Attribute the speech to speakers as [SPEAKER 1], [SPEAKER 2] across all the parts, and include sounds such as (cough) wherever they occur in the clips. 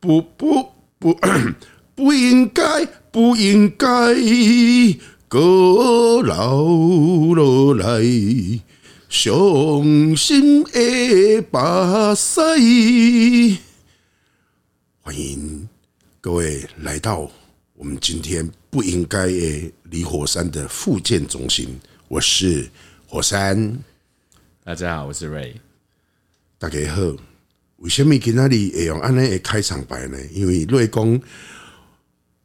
[SPEAKER 1] 不不不 (clears throat) 不应该，不应该阁留落来，伤心的巴西。欢迎各位来到我们今天不应该的离火山的复健中心，我是火山。
[SPEAKER 2] 大家好，我是 Ray。
[SPEAKER 1] 大家好，为什么今天里会用安尼的开场白呢？因为瑞公，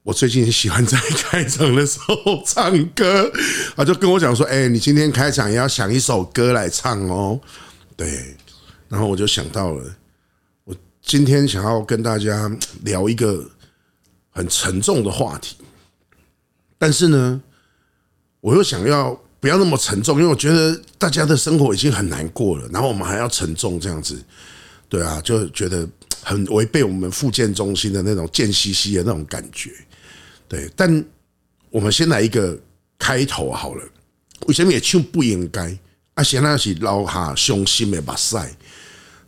[SPEAKER 1] 我最近喜欢在开场的时候唱歌，他就跟我讲说：“哎、你今天开场也要想一首歌来唱哦。”对，然后我就想到了，我今天想要跟大家聊一个很沉重的话题，但是呢，我又想要不要那么沉重，因为我觉得大家的生活已经很难过了，然后我们还要沉重这样子，对啊，就觉得很违背我们复健中心的那种贱兮兮的那种感觉。对，但我们先来一个开头好了，为什么也就不应该？啊，现在是捞下胸心的把塞，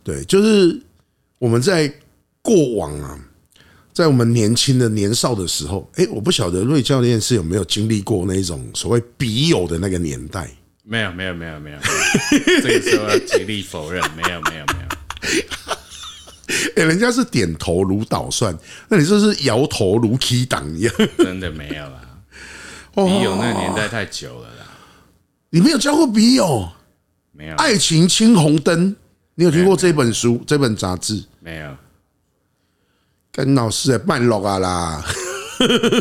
[SPEAKER 1] 对，就是我们在过往啊，在我们年轻的年少的时候，哎，我不晓得瑞教练是有没有经历过那一种所谓笔友的那个年代。
[SPEAKER 2] 没有，没有，没有，没有， (laughs) 这个时候要极力否认，没有，没有，没有。
[SPEAKER 1] 哎、人家是点头如捣蒜，那你这是摇头如踢档一样。 (laughs)
[SPEAKER 2] 真的没有啦。笔友那个年代太久了啦，
[SPEAKER 1] 你没有交过笔友，
[SPEAKER 2] 没有
[SPEAKER 1] 《爱情青红灯》，你有听过这本书、这本杂志？
[SPEAKER 2] 没有，
[SPEAKER 1] 跟老师在半路啊啦， (laughs)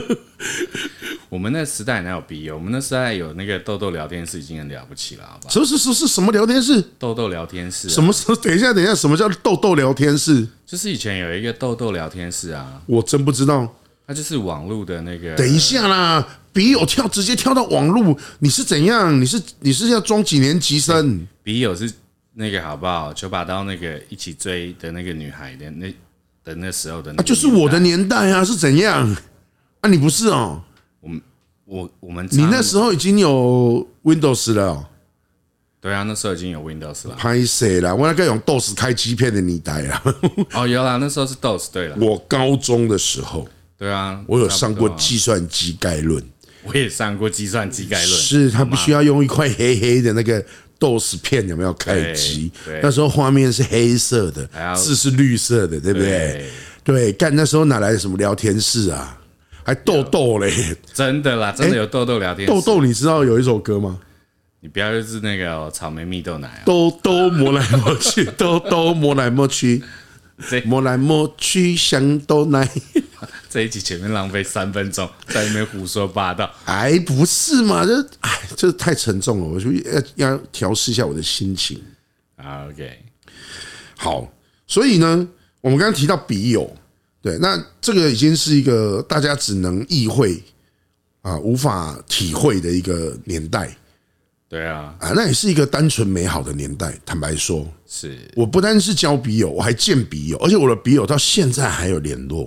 [SPEAKER 2] 我们那时代哪有笔友？我们那时代有那个豆豆聊天室已经很了不起了，好不好？
[SPEAKER 1] 什么是是是什么聊天室？
[SPEAKER 2] 豆豆聊天室、
[SPEAKER 1] 什
[SPEAKER 2] 啊，
[SPEAKER 1] 么时候？等一下，等一下，什么叫豆豆聊天室？
[SPEAKER 2] 就是以前有一个豆豆聊天室啊，
[SPEAKER 1] 我真不知道。
[SPEAKER 2] 它就是网络的那个。
[SPEAKER 1] 等一下啦，笔友跳直接跳到网路，你是怎样？你是你是要装几年级生？
[SPEAKER 2] 笔友是那个好不好？九把刀那个一起追的那个女孩的那的那时候的那个、
[SPEAKER 1] 啊，就是我的，年代啊，是怎样？啊，你不是哦，
[SPEAKER 2] 我我们
[SPEAKER 1] 你
[SPEAKER 2] 差
[SPEAKER 1] 那时候已经有 Windows 了、哦，
[SPEAKER 2] 对啊，那时候已经有 Windows 了。
[SPEAKER 1] 拍谁啦？我那个用 DOS 开机片的你代
[SPEAKER 2] (laughs)
[SPEAKER 1] 啊！
[SPEAKER 2] 哦，有啦，那时候是 DOS，对了，
[SPEAKER 1] 我高中的时候，
[SPEAKER 2] 对啊，
[SPEAKER 1] 我有
[SPEAKER 2] 差
[SPEAKER 1] 上
[SPEAKER 2] 不
[SPEAKER 1] 过
[SPEAKER 2] 多啊，
[SPEAKER 1] 计算机概论，
[SPEAKER 2] 我也上过计算啊机概论，
[SPEAKER 1] 是他必须要用一块黑黑的那个 DOS 片，有没有开机
[SPEAKER 2] 对对？
[SPEAKER 1] 那时候画面是黑色的
[SPEAKER 2] 还，要
[SPEAKER 1] 字是绿色的，对不对
[SPEAKER 2] 对？
[SPEAKER 1] 对，干那时候哪来的什么聊天室啊？还豆豆嘞，
[SPEAKER 2] 真的啦，真的有豆豆聊天室
[SPEAKER 1] 豆，豆，你知道有一首歌吗？
[SPEAKER 2] 你不要就是那个哦草莓蜜豆奶啊，
[SPEAKER 1] 兜兜摸来摸去，兜兜摸来摸去
[SPEAKER 2] 这，
[SPEAKER 1] 摸来摸去想豆奶，
[SPEAKER 2] 这一集前面浪费三分钟在那边胡说八道，
[SPEAKER 1] 哎，不是嘛？这哎，这太沉重了，我就要要调试一下我的心情。
[SPEAKER 2] 啊，OK，
[SPEAKER 1] 好，所以呢，我们刚刚提到笔友，对，那这个已经是一个大家只能意会啊，无法体会的一个年代
[SPEAKER 2] 对啊，
[SPEAKER 1] 啊，那也是一个单纯美好的年代。坦白说，
[SPEAKER 2] 是
[SPEAKER 1] 我不单是交笔友，我还见笔友，而且我的笔友到现在还有联络，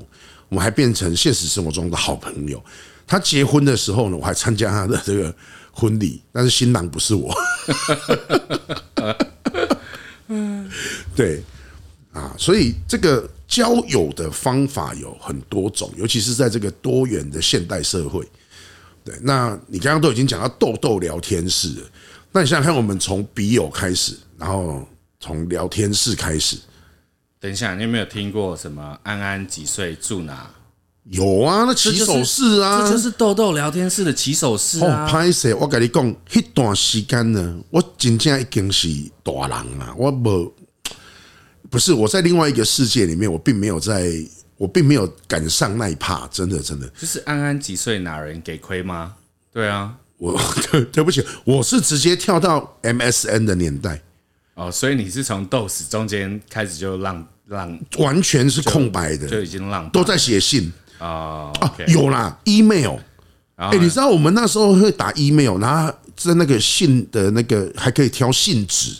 [SPEAKER 1] 我们还变成现实生活中的好朋友。他结婚的时候呢，我还参加他的这个婚礼，但是新郎不是我。对啊，所以这个交友的方法有很多种，尤其是在这个多元的现代社会。对，那你刚刚都已经讲到豆豆聊天室了，那你想想看，我们从笔友开始，然后从聊天室开始，
[SPEAKER 2] 等一下，你有没有听过什么安安几岁住哪？
[SPEAKER 1] 有啊，那起手式啊，
[SPEAKER 2] 这就是豆豆聊天室的起手式
[SPEAKER 1] 哦，
[SPEAKER 2] 啊，
[SPEAKER 1] 拍摄我跟你讲，那段时间呢，我真正已经是大人了，我无不是我在另外一个世界里面，我并没有在，我并没有赶上那一趴，真的真的，
[SPEAKER 2] 就是安安几岁哪人给亏吗？对啊，
[SPEAKER 1] 我 (laughs) 对对不起，我是直接跳到 MSN 的年代，
[SPEAKER 2] 哦，所以你是从 DOS 中间开始就浪浪
[SPEAKER 1] 完全是空白的，
[SPEAKER 2] 就已经浪
[SPEAKER 1] 都在写信。
[SPEAKER 2] 啊、哦、，OK，
[SPEAKER 1] 有啦，email。
[SPEAKER 2] 然
[SPEAKER 1] 哎、
[SPEAKER 2] 后
[SPEAKER 1] 你知道我们那时候会打 email，然后在那个信的那个还可以挑信纸，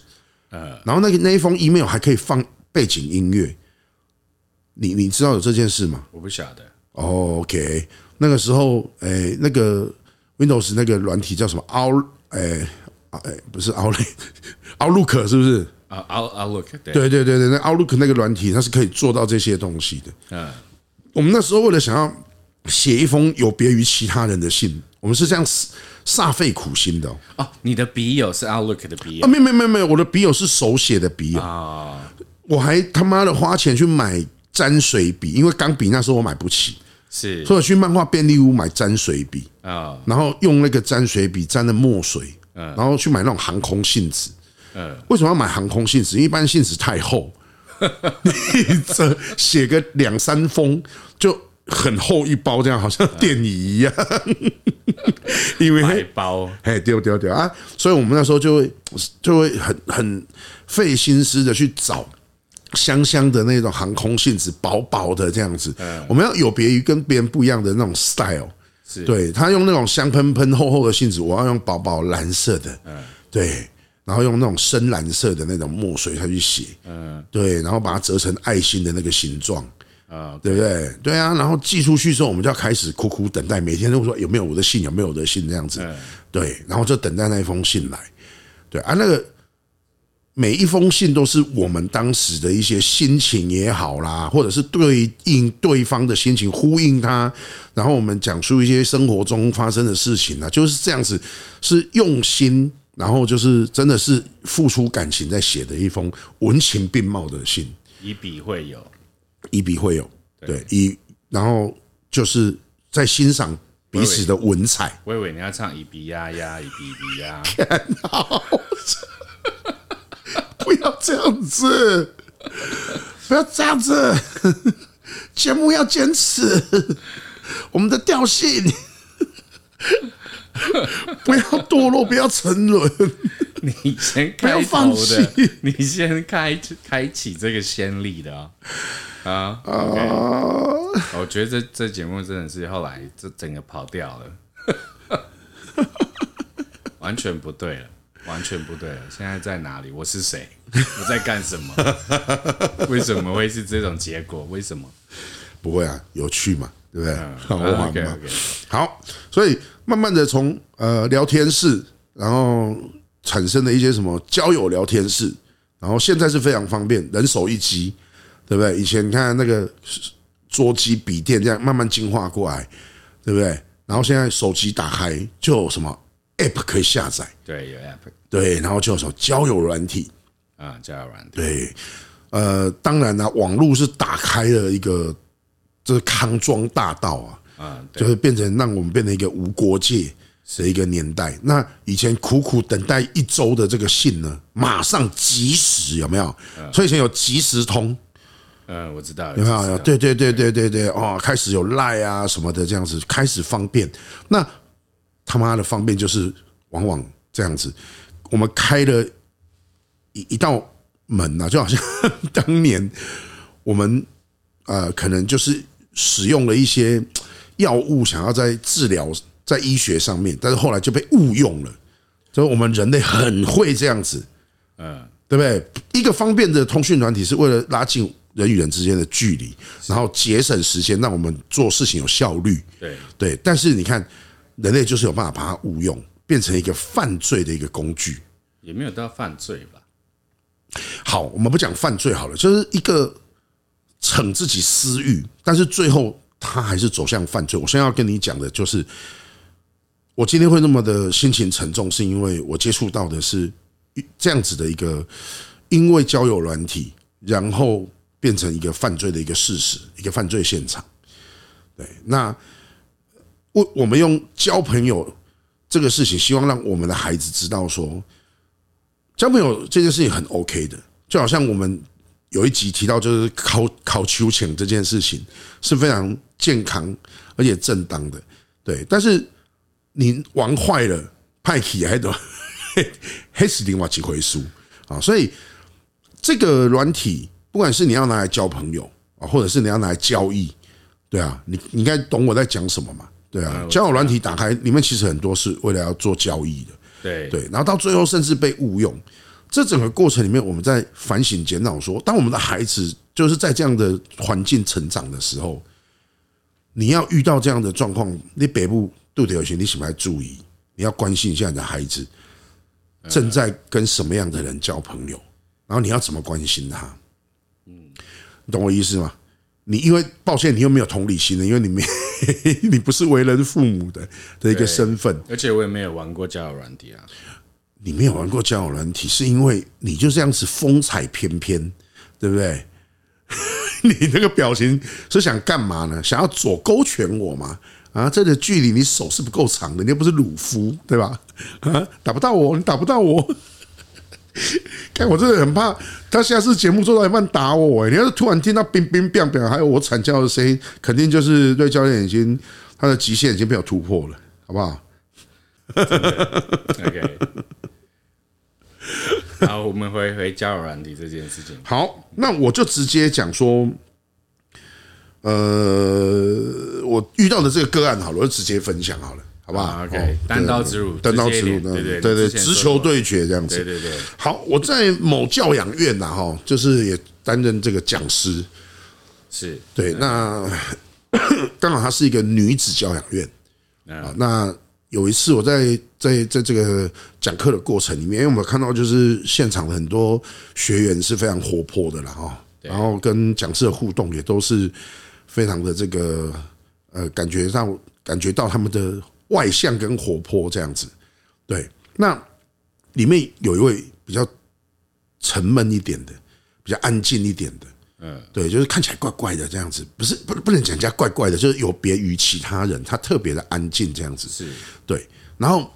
[SPEAKER 2] 呃
[SPEAKER 1] 然后那个那一封 email 还可以放背景音乐。你你知道有这件事吗
[SPEAKER 2] 我不晓得，
[SPEAKER 1] 哦？OK，那个时候，哎、那个 Windows 啊 (laughs) 那个软体叫什么 Out？哎、哎、不是 Out，Outlook 是不是？
[SPEAKER 2] 哦啊，Out Outlook 对，
[SPEAKER 1] 对对对对，那 Outlook 那个软体它是可以做到这些东西的。
[SPEAKER 2] 嗯，
[SPEAKER 1] 我们那时候为了想要写一封有别于其他人的信，我们是这样煞煞费苦心的哦、
[SPEAKER 2] 哦，你的笔友是 Outlook 的笔
[SPEAKER 1] 啊，
[SPEAKER 2] 友
[SPEAKER 1] 没有没有没有没有，我的笔友是手写的笔友，
[SPEAKER 2] 啊，
[SPEAKER 1] 我还他妈的花钱去买沾水笔，因为钢笔那时候我买不起，
[SPEAKER 2] 是
[SPEAKER 1] 所以我去漫画便利屋买沾水笔，
[SPEAKER 2] 啊，嗯
[SPEAKER 1] 然后用那个沾水笔沾的墨水，然后去买那种航空信纸。为什么要买航空信纸？因为一般信纸太
[SPEAKER 2] (laughs)
[SPEAKER 1] 厚，你这写个两三封就很厚一包，这样好像电影一样。 (laughs) 因
[SPEAKER 2] 白
[SPEAKER 1] 为
[SPEAKER 2] 包
[SPEAKER 1] 哎，丢丢丢啊！所以我们那时候就会就会很很费心思的去找香香的那种航空信纸，薄薄的这样子。我们要有别于跟别人不一样的那种 style。
[SPEAKER 2] 是
[SPEAKER 1] 对他用那种香喷喷、厚厚的信纸，我要用薄薄蓝色的，对，然后用那种深蓝色的那种墨水下去写，对，然后把它折成爱心的那个形状，
[SPEAKER 2] 啊，
[SPEAKER 1] 对不对？对啊，然后寄出去之后，我们就要开始苦苦等待，每天都说有没有我的信，有没有我的信这样子，对，然后就等待那一封信来，对啊，那个每一封信都是我们当时的一些心情也好啦，或者是对应对方的心情，呼应他，然后我们讲述一些生活中发生的事情啊，就是这样子，是用心。然后就是真的是付出感情在写的一封文情并茂的信，
[SPEAKER 2] 以笔会友，
[SPEAKER 1] 以笔会友，对，以然后就是在欣赏彼此的文采，
[SPEAKER 2] 我以为你要唱以笔呀呀，以笔笔呀，
[SPEAKER 1] (laughs) 不要这样子， (laughs) 不要这样子， (laughs) 节目要坚持 (laughs) 我们的调性， (laughs) 不要堕落，不要沉沦，
[SPEAKER 2] (laughs) 你先
[SPEAKER 1] 要
[SPEAKER 2] 开
[SPEAKER 1] 放
[SPEAKER 2] 头
[SPEAKER 1] 弃
[SPEAKER 2] 的，你先开开启这个先例的啊啊，OK！我觉得这这节目真的是后来这整个跑掉了， (laughs) 完全不对了，完全不对了。现在在哪里？我是谁？我在干什么？为什么会是这种结果？为什么？
[SPEAKER 1] 不会啊，有趣嘛，对不对？好玩
[SPEAKER 2] OK
[SPEAKER 1] 嘛
[SPEAKER 2] OK，，
[SPEAKER 1] 好，所以慢慢的从呃聊天室，然后产生了一些什么交友聊天室，然后现在是非常方便，人手一机，对不对？以前你看那个桌机、笔电这样慢慢进化过来，对不对？然后现在手机打开就有什么 App 可以下载，
[SPEAKER 2] 对，有 app
[SPEAKER 1] 对，然后就有什么交友软体，
[SPEAKER 2] 啊，交友软体，
[SPEAKER 1] 对，呃，当然啦、网络是打开了一个这康庄大道啊，
[SPEAKER 2] 啊，对，
[SPEAKER 1] 就是变成让我们变成一个无国界的一个年代。那以前苦苦等待一周的这个信呢，马上及时有没有？所以以前有即时通，
[SPEAKER 2] 嗯，我知道了，
[SPEAKER 1] 有
[SPEAKER 2] 有
[SPEAKER 1] 没有？有对对对对对对，哦，开始有赖啊什么的，这样子开始方便。那他妈的方便就是往往这样子，我们开了一一道门呐、啊，就好像 (laughs) 当年我们呃，可能就是使用了一些药物，想要在治疗在医学上面，但是后来就被误用了，所以我们人类很会这样子，
[SPEAKER 2] 嗯，
[SPEAKER 1] 对不对？一个方便的通讯软体是为了拉近人与人之间的距离，然后节省时间，让我们做事情有效率。
[SPEAKER 2] 对，
[SPEAKER 1] 对，但是你看，人类就是有办法把它误用，变成一个犯罪的一个工具。
[SPEAKER 2] 也没有到犯罪吧？
[SPEAKER 1] 好，我们不讲犯罪好了，就是一个逞自己私欲，但是最后他还是走向犯罪。我现在要跟你讲的就是，我今天会那么的心情沉重，是因为我接触到的是呃这样子的一个，因为交友软体，然后变成一个犯罪的一个事实，一个犯罪现场。对，那我我们用交朋友这个事情，希望让我们的孩子知道说，交朋友这件事情很 OK 的，就好像我们有一集提到，就是考考秋千这件事情是非常健康而且正当的，对。但是你玩坏了，派起还得 (laughs) 黑死另外几回输啊，所以这个软体，不管是你要拿来交朋友啊，或者是你要拿来交易，对啊，你你应该懂我在讲什么嘛？对啊，交友软体打开，里面其实很多是为了要做交易的。
[SPEAKER 2] 对，
[SPEAKER 1] 对，然后到最后甚至被误用。这整个过程里面，我们在反省检讨说，当我们的孩子就是在这样的环境成长的时候，你要遇到这样的状况，你北部杜德有些你什么要注意？你要关心一下你的孩子正在跟什么样的人交朋友，然后你要怎么关心他？嗯，你懂我意思吗？你因为抱歉，你又没有同理心的，因为你没 (laughs) 你不是为人父母的的一个
[SPEAKER 2] 对
[SPEAKER 1] 身份，
[SPEAKER 2] 而且我也没有玩过交友软体啊，
[SPEAKER 1] 你没有玩过交友软体，是因为你就这样子风采翩翩，对不对？ (laughs) 你那个表情是想干嘛呢？想要左勾拳我吗？啊，这个距离你手是不够长的，你又不是鲁夫，对吧？啊，打不到我，你打不到我。 (laughs) 看我真的很怕他下次节目做到一半打我、欸，你要是突然听到冰冰冰冰，还有我惨叫的声音，肯定就是瑞教练已经他的极限已经被我突破了，好不好？ (laughs)
[SPEAKER 2] OK，好，我们回回交友软体这件事情。
[SPEAKER 1] 好，那我就直接讲说，呃，我遇到的这个个案好了，我就直接分享好了，好不好
[SPEAKER 2] 啊
[SPEAKER 1] 哦对
[SPEAKER 2] OK，单刀直入，
[SPEAKER 1] 单刀直入嗯
[SPEAKER 2] 直接一点，
[SPEAKER 1] 对
[SPEAKER 2] 对对
[SPEAKER 1] 对，
[SPEAKER 2] 你之前
[SPEAKER 1] 直
[SPEAKER 2] 说
[SPEAKER 1] 球
[SPEAKER 2] 过，
[SPEAKER 1] 对决这样子
[SPEAKER 2] 对。对对，
[SPEAKER 1] 好，我在某教养院呐，哈，就是也担任这个讲师。
[SPEAKER 2] 是
[SPEAKER 1] 对，那 (coughs) 刚好它是一个女子教养院啊。那有一次我在在在这个讲课的过程里面，因为我们看到就是现场的很多学员是非常活泼的啦哈，然后跟讲师的互动也都是非常的这个呃，感觉到感觉到他们的外向跟活泼这样子。对，那里面有一位比较沉闷一点的，比较安静一点的，对，就是看起来怪怪的这样子，不是不不能讲人家怪怪的，就是有别于其他人，他特别的安静这样子。
[SPEAKER 2] 是
[SPEAKER 1] 对，然后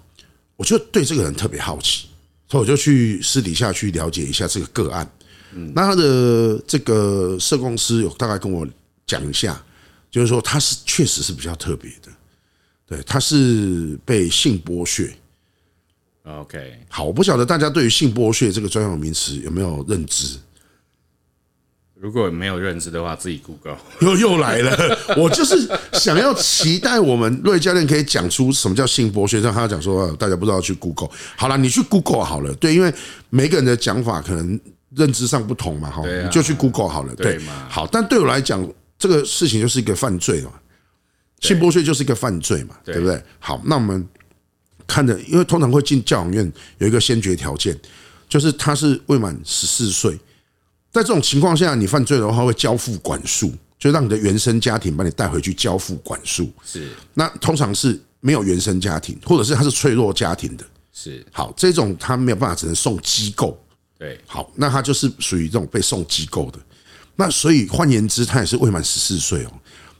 [SPEAKER 1] 我就对这个人特别好奇，所以我就去私底下去了解一下这个个案。那他的这个社工师有大概跟我讲一下，就是说他是确实是比较特别的，对，他是被性剥削。
[SPEAKER 2] OK，
[SPEAKER 1] 好，我不晓得大家对于性剥削这个专有名词有没有认知？
[SPEAKER 2] 如果没有认知的话，自己 Google。
[SPEAKER 1] 又又来了，我就是想要期待我们瑞教练可以讲出什么叫性剥削，让他讲说呃大家不知道去 Google。好了，你去 Google 好了，对，因为每个人的讲法可能认知上不同嘛，哈，
[SPEAKER 2] 对啊
[SPEAKER 1] 你就去 Google 好了，对
[SPEAKER 2] 对嘛
[SPEAKER 1] 好，但对我来讲，这个事情就是一个犯罪嘛，性剥削就是一个犯罪嘛，对不对？好，那我们看着，因为通常会进教养院有一个先决条件，就是他是未满十四岁。在这种情况下，你犯罪的话会交付管束，就让你的原生家庭把你带回去交付管束。
[SPEAKER 2] 是
[SPEAKER 1] 那通常是没有原生家庭，或者是他是脆弱家庭的。
[SPEAKER 2] 是，
[SPEAKER 1] 好，这种他没有办法，只能送机构。
[SPEAKER 2] 对，
[SPEAKER 1] 好，那他就是属于这种被送机构的。那所以换言之，他也是未满十四岁哦。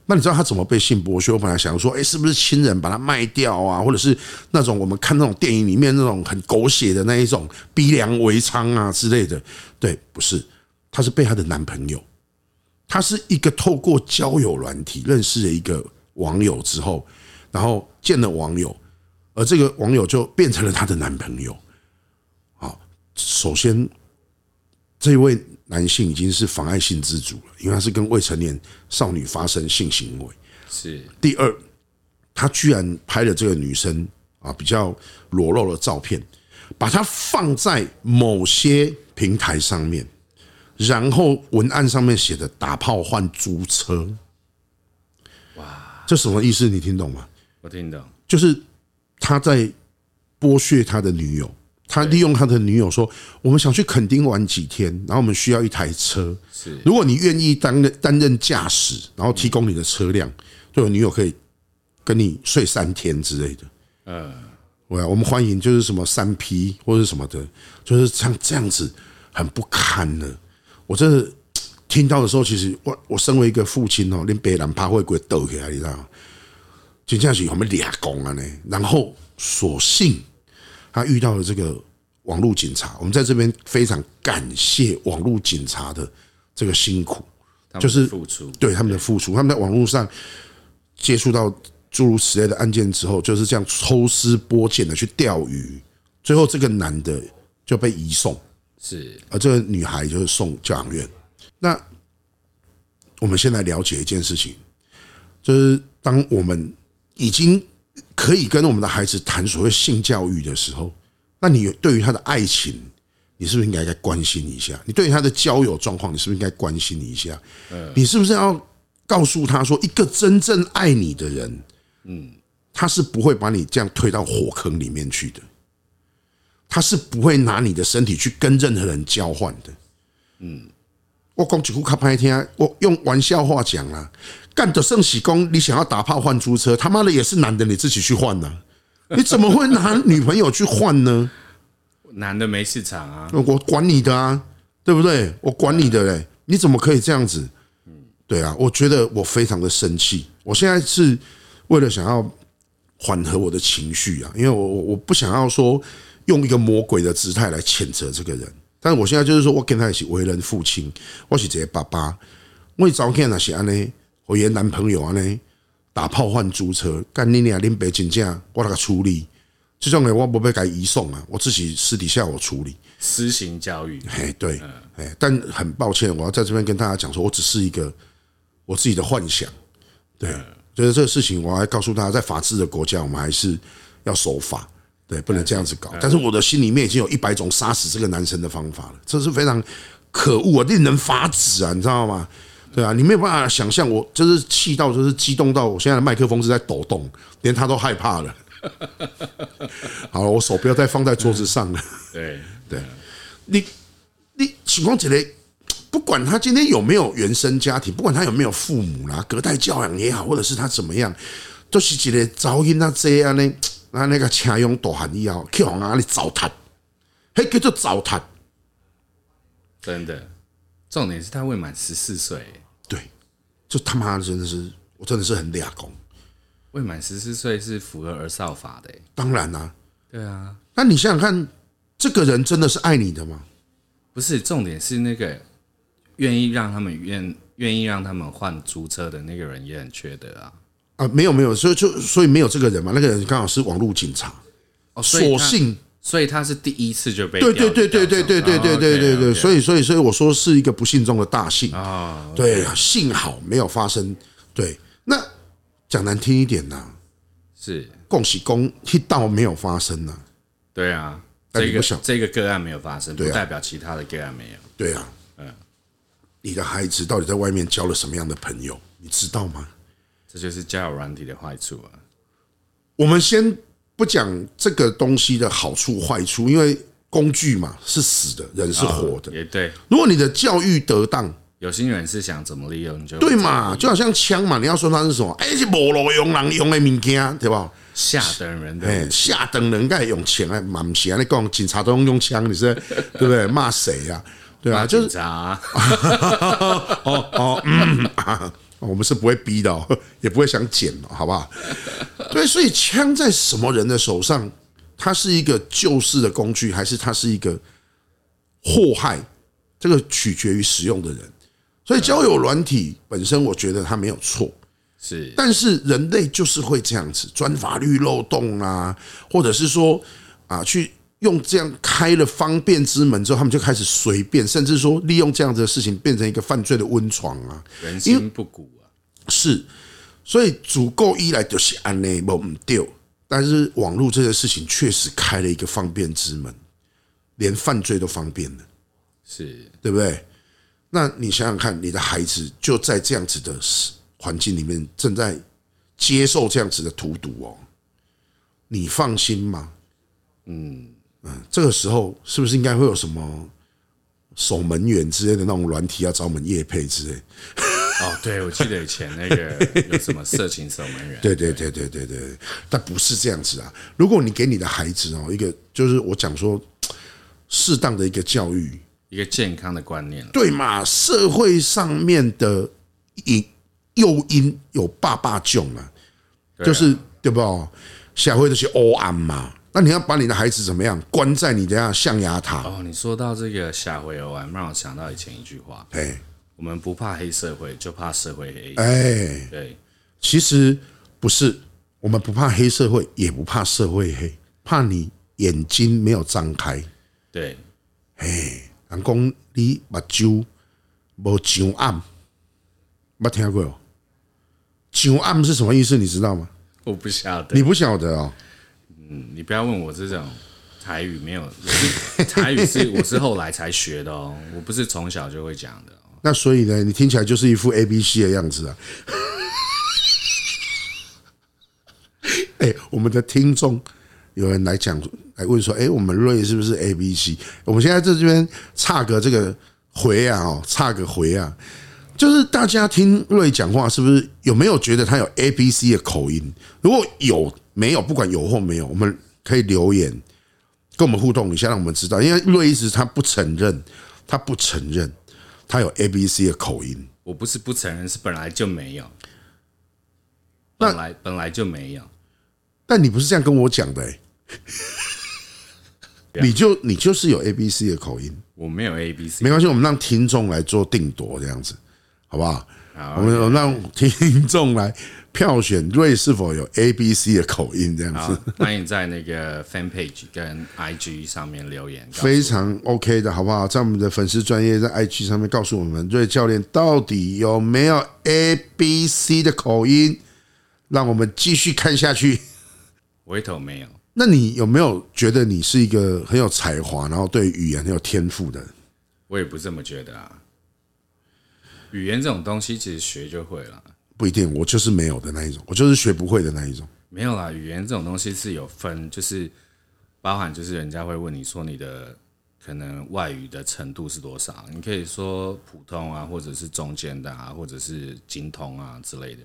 [SPEAKER 1] 那你知道他怎么被性剥削？我本来想说，哎，是不是亲人把他卖掉啊，或者是那种我们看那种电影里面那种很狗血的那一种逼良为娼啊之类的？对，不是，她是被她的男朋友，她是一个透过交友软体认识了一个网友之后，然后见了网友，而这个网友就变成了她的男朋友。好，首先这位男性已经是妨碍性自主了，因为他是跟未成年少女发生性行为。
[SPEAKER 2] 是
[SPEAKER 1] 第二，他居然拍了这个女生啊比较裸露的照片，把它放在某些平台上面，然后文案上面写的“打炮换租车”，哇，这什么意思？你听懂吗？
[SPEAKER 2] 我听懂，
[SPEAKER 1] 就是他在剥削他的女友，他利用他的女友说：“我们想去垦丁玩几天，然后我们需要一台车。
[SPEAKER 2] 是
[SPEAKER 1] 如果你愿意担任担任驾驶，然后提供你的车辆，对我女友可以跟你睡三天之类的。”嗯，对啊，我们欢迎就是什么三 P 或者什么的，就是像这样子很不堪的。我真的听到的时候，其实我我身为一个父亲哦，连北兰趴会给我抖起来，你知道吗？真正是我们俩公啊呢。然后所幸他遇到了这个网络警察，我们在这边非常感谢网络警察的这个辛苦，
[SPEAKER 2] 他们
[SPEAKER 1] 就是
[SPEAKER 2] 付出，
[SPEAKER 1] 对他们的付出，他们在网络上接触到诸如此类的案件之后，就是这样抽丝剥茧的去钓鱼，最后这个男的就被移送，
[SPEAKER 2] 是
[SPEAKER 1] 而啊这个女孩就是送教养院。那我们先来了解一件事情，就是当我们已经可以跟我们的孩子谈所谓性教育的时候，那你对于他的爱情，你是不是应该该关心一下？你对于他的交友状况，你是不是应该关心一下？你是不是要告诉他说，一个真正爱你的人，嗯，他是不会把你这样推到火坑里面去的。他是不会拿你的身体去跟任何人交换的。嗯，我讲一句较歹听，我用玩笑话讲啦，干的圣喜功，你想要打炮换租车，他妈的也是男的你自己去换呐、你怎么会拿女朋友去换呢？
[SPEAKER 2] 男的没市场啊，
[SPEAKER 1] 我管你的啊，对不对？我管你的嘞，你怎么可以这样子？对啊，我觉得我非常的生气。我现在是为了想要缓和我的情绪啊，因为我我我不想要说用一个魔鬼的姿态来谴责这个人。但是我现在就是说我跟他一起为人父亲，我是这个爸爸，我早看那是安尼，我原男朋友安尼打炮换租车，干你俩恁爸真正我那个处理，这种的我不被该移送啊，我自己私底下我处理。
[SPEAKER 2] 私刑教育，
[SPEAKER 1] 哎，对，哎，但很抱歉，我要在这边跟大家讲说，我只是一个我自己的幻想，对，就是这个事情，我还告诉大家，在法治的国家，我们还是要守法，对，不能这样子搞。但是我的心里面已经有一百种杀死这个男生的方法了，这是非常可恶啊，令人发指啊，你知道吗？对啊，你没有办法想象，我就是气到，就是激动到，我现在的麦克风是在抖动，连他都害怕了。 (laughs) 好了，我手不要再放在桌子上了。
[SPEAKER 2] 对，
[SPEAKER 1] 你你情况起来，不管他今天有没有原生家庭，不管他有没有父母啦，隔代教养也好，或者是他怎么样，都是一个噪音啊这样呢，啊那个车用大汉以后，去往哪里糟蹋，迄叫做糟蹋。
[SPEAKER 2] 真的。重点是他未满十四岁，
[SPEAKER 1] 对，就他妈的真的是，我真的是很俩公。
[SPEAKER 2] 未满十四岁是符合儿少法的。
[SPEAKER 1] 当然啦、
[SPEAKER 2] 对啊，
[SPEAKER 1] 那你想想看，这个人真的是爱你的吗？
[SPEAKER 2] 不是重点是那个愿意让他们愿愿意让他们换租车的那个人也很缺德啊。
[SPEAKER 1] 啊，没有没有，所以就所以没有这个人嘛，那个人刚好是网络警察，
[SPEAKER 2] 哦，所以
[SPEAKER 1] 索
[SPEAKER 2] 他
[SPEAKER 1] 性
[SPEAKER 2] 所以他是第一次就被
[SPEAKER 1] 对
[SPEAKER 2] 钓
[SPEAKER 1] 对
[SPEAKER 2] 鱼
[SPEAKER 1] 对对
[SPEAKER 2] 钓
[SPEAKER 1] 对
[SPEAKER 2] 上
[SPEAKER 1] 对对对
[SPEAKER 2] 啊
[SPEAKER 1] 对对对，所
[SPEAKER 2] 以
[SPEAKER 1] 以所以所以我说是一个不幸中的大幸，
[SPEAKER 2] 啊，
[SPEAKER 1] 对，幸好没有发生。对，那讲难听一点呐、
[SPEAKER 2] 是
[SPEAKER 1] 恭喜恭一道没有发生呐、
[SPEAKER 2] 对啊，
[SPEAKER 1] 但
[SPEAKER 2] 这
[SPEAKER 1] 你不
[SPEAKER 2] 个
[SPEAKER 1] 想
[SPEAKER 2] 这个个案没有发生，不
[SPEAKER 1] 对啊
[SPEAKER 2] 代表其他的个案没有。
[SPEAKER 1] 对啊，你的孩子到底在外面交了什么样的朋友，你知道吗？
[SPEAKER 2] 这就是交友软体的坏处啊。
[SPEAKER 1] 我们先不讲这个东西的好处坏处，因为工具嘛是死的，人是活的。
[SPEAKER 2] 也对，
[SPEAKER 1] 如果你的教育得当，
[SPEAKER 2] 有心人是想怎么利用你就
[SPEAKER 1] 对嘛，就好像枪嘛，你要说它是什么？哎、是无路用人用的物件，对吧？
[SPEAKER 2] 下等人的
[SPEAKER 1] 哎，下等人该用钱哎，蛮不是啊！你讲警察都用用枪，你是对不对？骂谁呀？对啊，就是
[SPEAKER 2] 警察啊，
[SPEAKER 1] 啊，我们是不会逼的、哦，也不会想剪哦，好不好？ (laughs) 对，所以枪在什么人的手上，它是一个救世的工具，还是它是一个祸害？这个取决于使用的人。所以交友软体本身，我觉得它没有错，
[SPEAKER 2] 是
[SPEAKER 1] 但是人类就是会这样子钻法律漏洞啊，或者是说啊，去用这样开了方便之门之后，他们就开始随便，甚至说利用这样子的事情变成一个犯罪的温床啊。
[SPEAKER 2] 人心不古啊。
[SPEAKER 1] 是，所以足够依赖就是安内无唔丢，但是网络这个事情确实开了一个方便之门，连犯罪都方便了，
[SPEAKER 2] 是
[SPEAKER 1] 对不对？那你想想看，你的孩子就在这样子的环境里面，正在接受这样子的荼毒哦，你放心吗？嗯嗯，这个时候是不是应该会有什么守门员之类的那种软体要找我们叶配之类？
[SPEAKER 2] 哦，对，我记得以前
[SPEAKER 1] (laughs)
[SPEAKER 2] 那个有什么色情守门员，
[SPEAKER 1] 对对对对对对，但不是这样子啊。如果你给你的孩子哦，一个就是我讲说，适当的一个教育，
[SPEAKER 2] 一个健康的观念了
[SPEAKER 1] 对嘛？社会上面的引诱因有爸爸囧啊，
[SPEAKER 2] 对啊
[SPEAKER 1] 就是对不？社会就是黑暗嘛。那你要把你的孩子怎么样？关在你的那象牙塔？
[SPEAKER 2] 哦，你说到这个下回偶然，让我想到以前一句话：
[SPEAKER 1] 哎
[SPEAKER 2] 我们不怕黑社会，就怕社会黑。
[SPEAKER 1] 哎，
[SPEAKER 2] 对，
[SPEAKER 1] 其实不是，我们不怕黑社会，也不怕社会黑，怕你眼睛没有张开。
[SPEAKER 2] 对，
[SPEAKER 1] 人讲你目睭无上暗，捌听过哦？上暗是什么意思？你知道吗？
[SPEAKER 2] 我不晓得
[SPEAKER 1] 你，不晓得哦。
[SPEAKER 2] 你不要问我这种台语没有，我是 (laughs) 台语是我是后来才学的哦，我不是从小就会讲的哦。
[SPEAKER 1] 那所以呢，你听起来就是一副 A B C 的样子啊。 (laughs) 哎、我们的听众有人来讲来问说，哎、我们瑞是不是 A B C？我们现在在这边差个这个回啊，哦，差个回啊，就是大家听瑞讲话是不是有没有觉得他有 A B C 的口音？如果有没有，不管有或没有，我们可以留言跟我们互动一下，让我们知道，因为瑞一直他不承认，他不承认他有 A B C 的口音。
[SPEAKER 2] 我不是不承认，是本来就没有，本来本来就没有。
[SPEAKER 1] 但你不是这样跟我讲的、欸， (laughs) 你就你就是有 A B C 的口音，
[SPEAKER 2] 我没有 A B C，
[SPEAKER 1] 没关系，我们让听众来做定夺，这样子好不好？我们我们让听众来票选瑞是否有 A B C 的口音，这样
[SPEAKER 2] 好
[SPEAKER 1] 子，
[SPEAKER 2] 啊欢迎在那个 fan page 跟 IG 上面留言。告诉
[SPEAKER 1] 非常 OK 的，好不好？在我们的粉丝专业在 IG 上面告诉我们，瑞教练到底有没有 A B C 的口音，让我们继续看下去。 (laughs)
[SPEAKER 2] 我回头没有，
[SPEAKER 1] 那你有没有觉得你是一个很有才华，然后对语言很有天赋的人？
[SPEAKER 2] 我也不这么觉得啊。语言这种东西其实学就会了，
[SPEAKER 1] 不一定，我就是没有的那一种，我就是学不会的那一种。
[SPEAKER 2] 没有啦。语言这种东西是有分，就是包含就是人家会问你说你的可能外语的程度是多少，你可以说普通啊，或者是中间的啊，或者是精通啊之类的。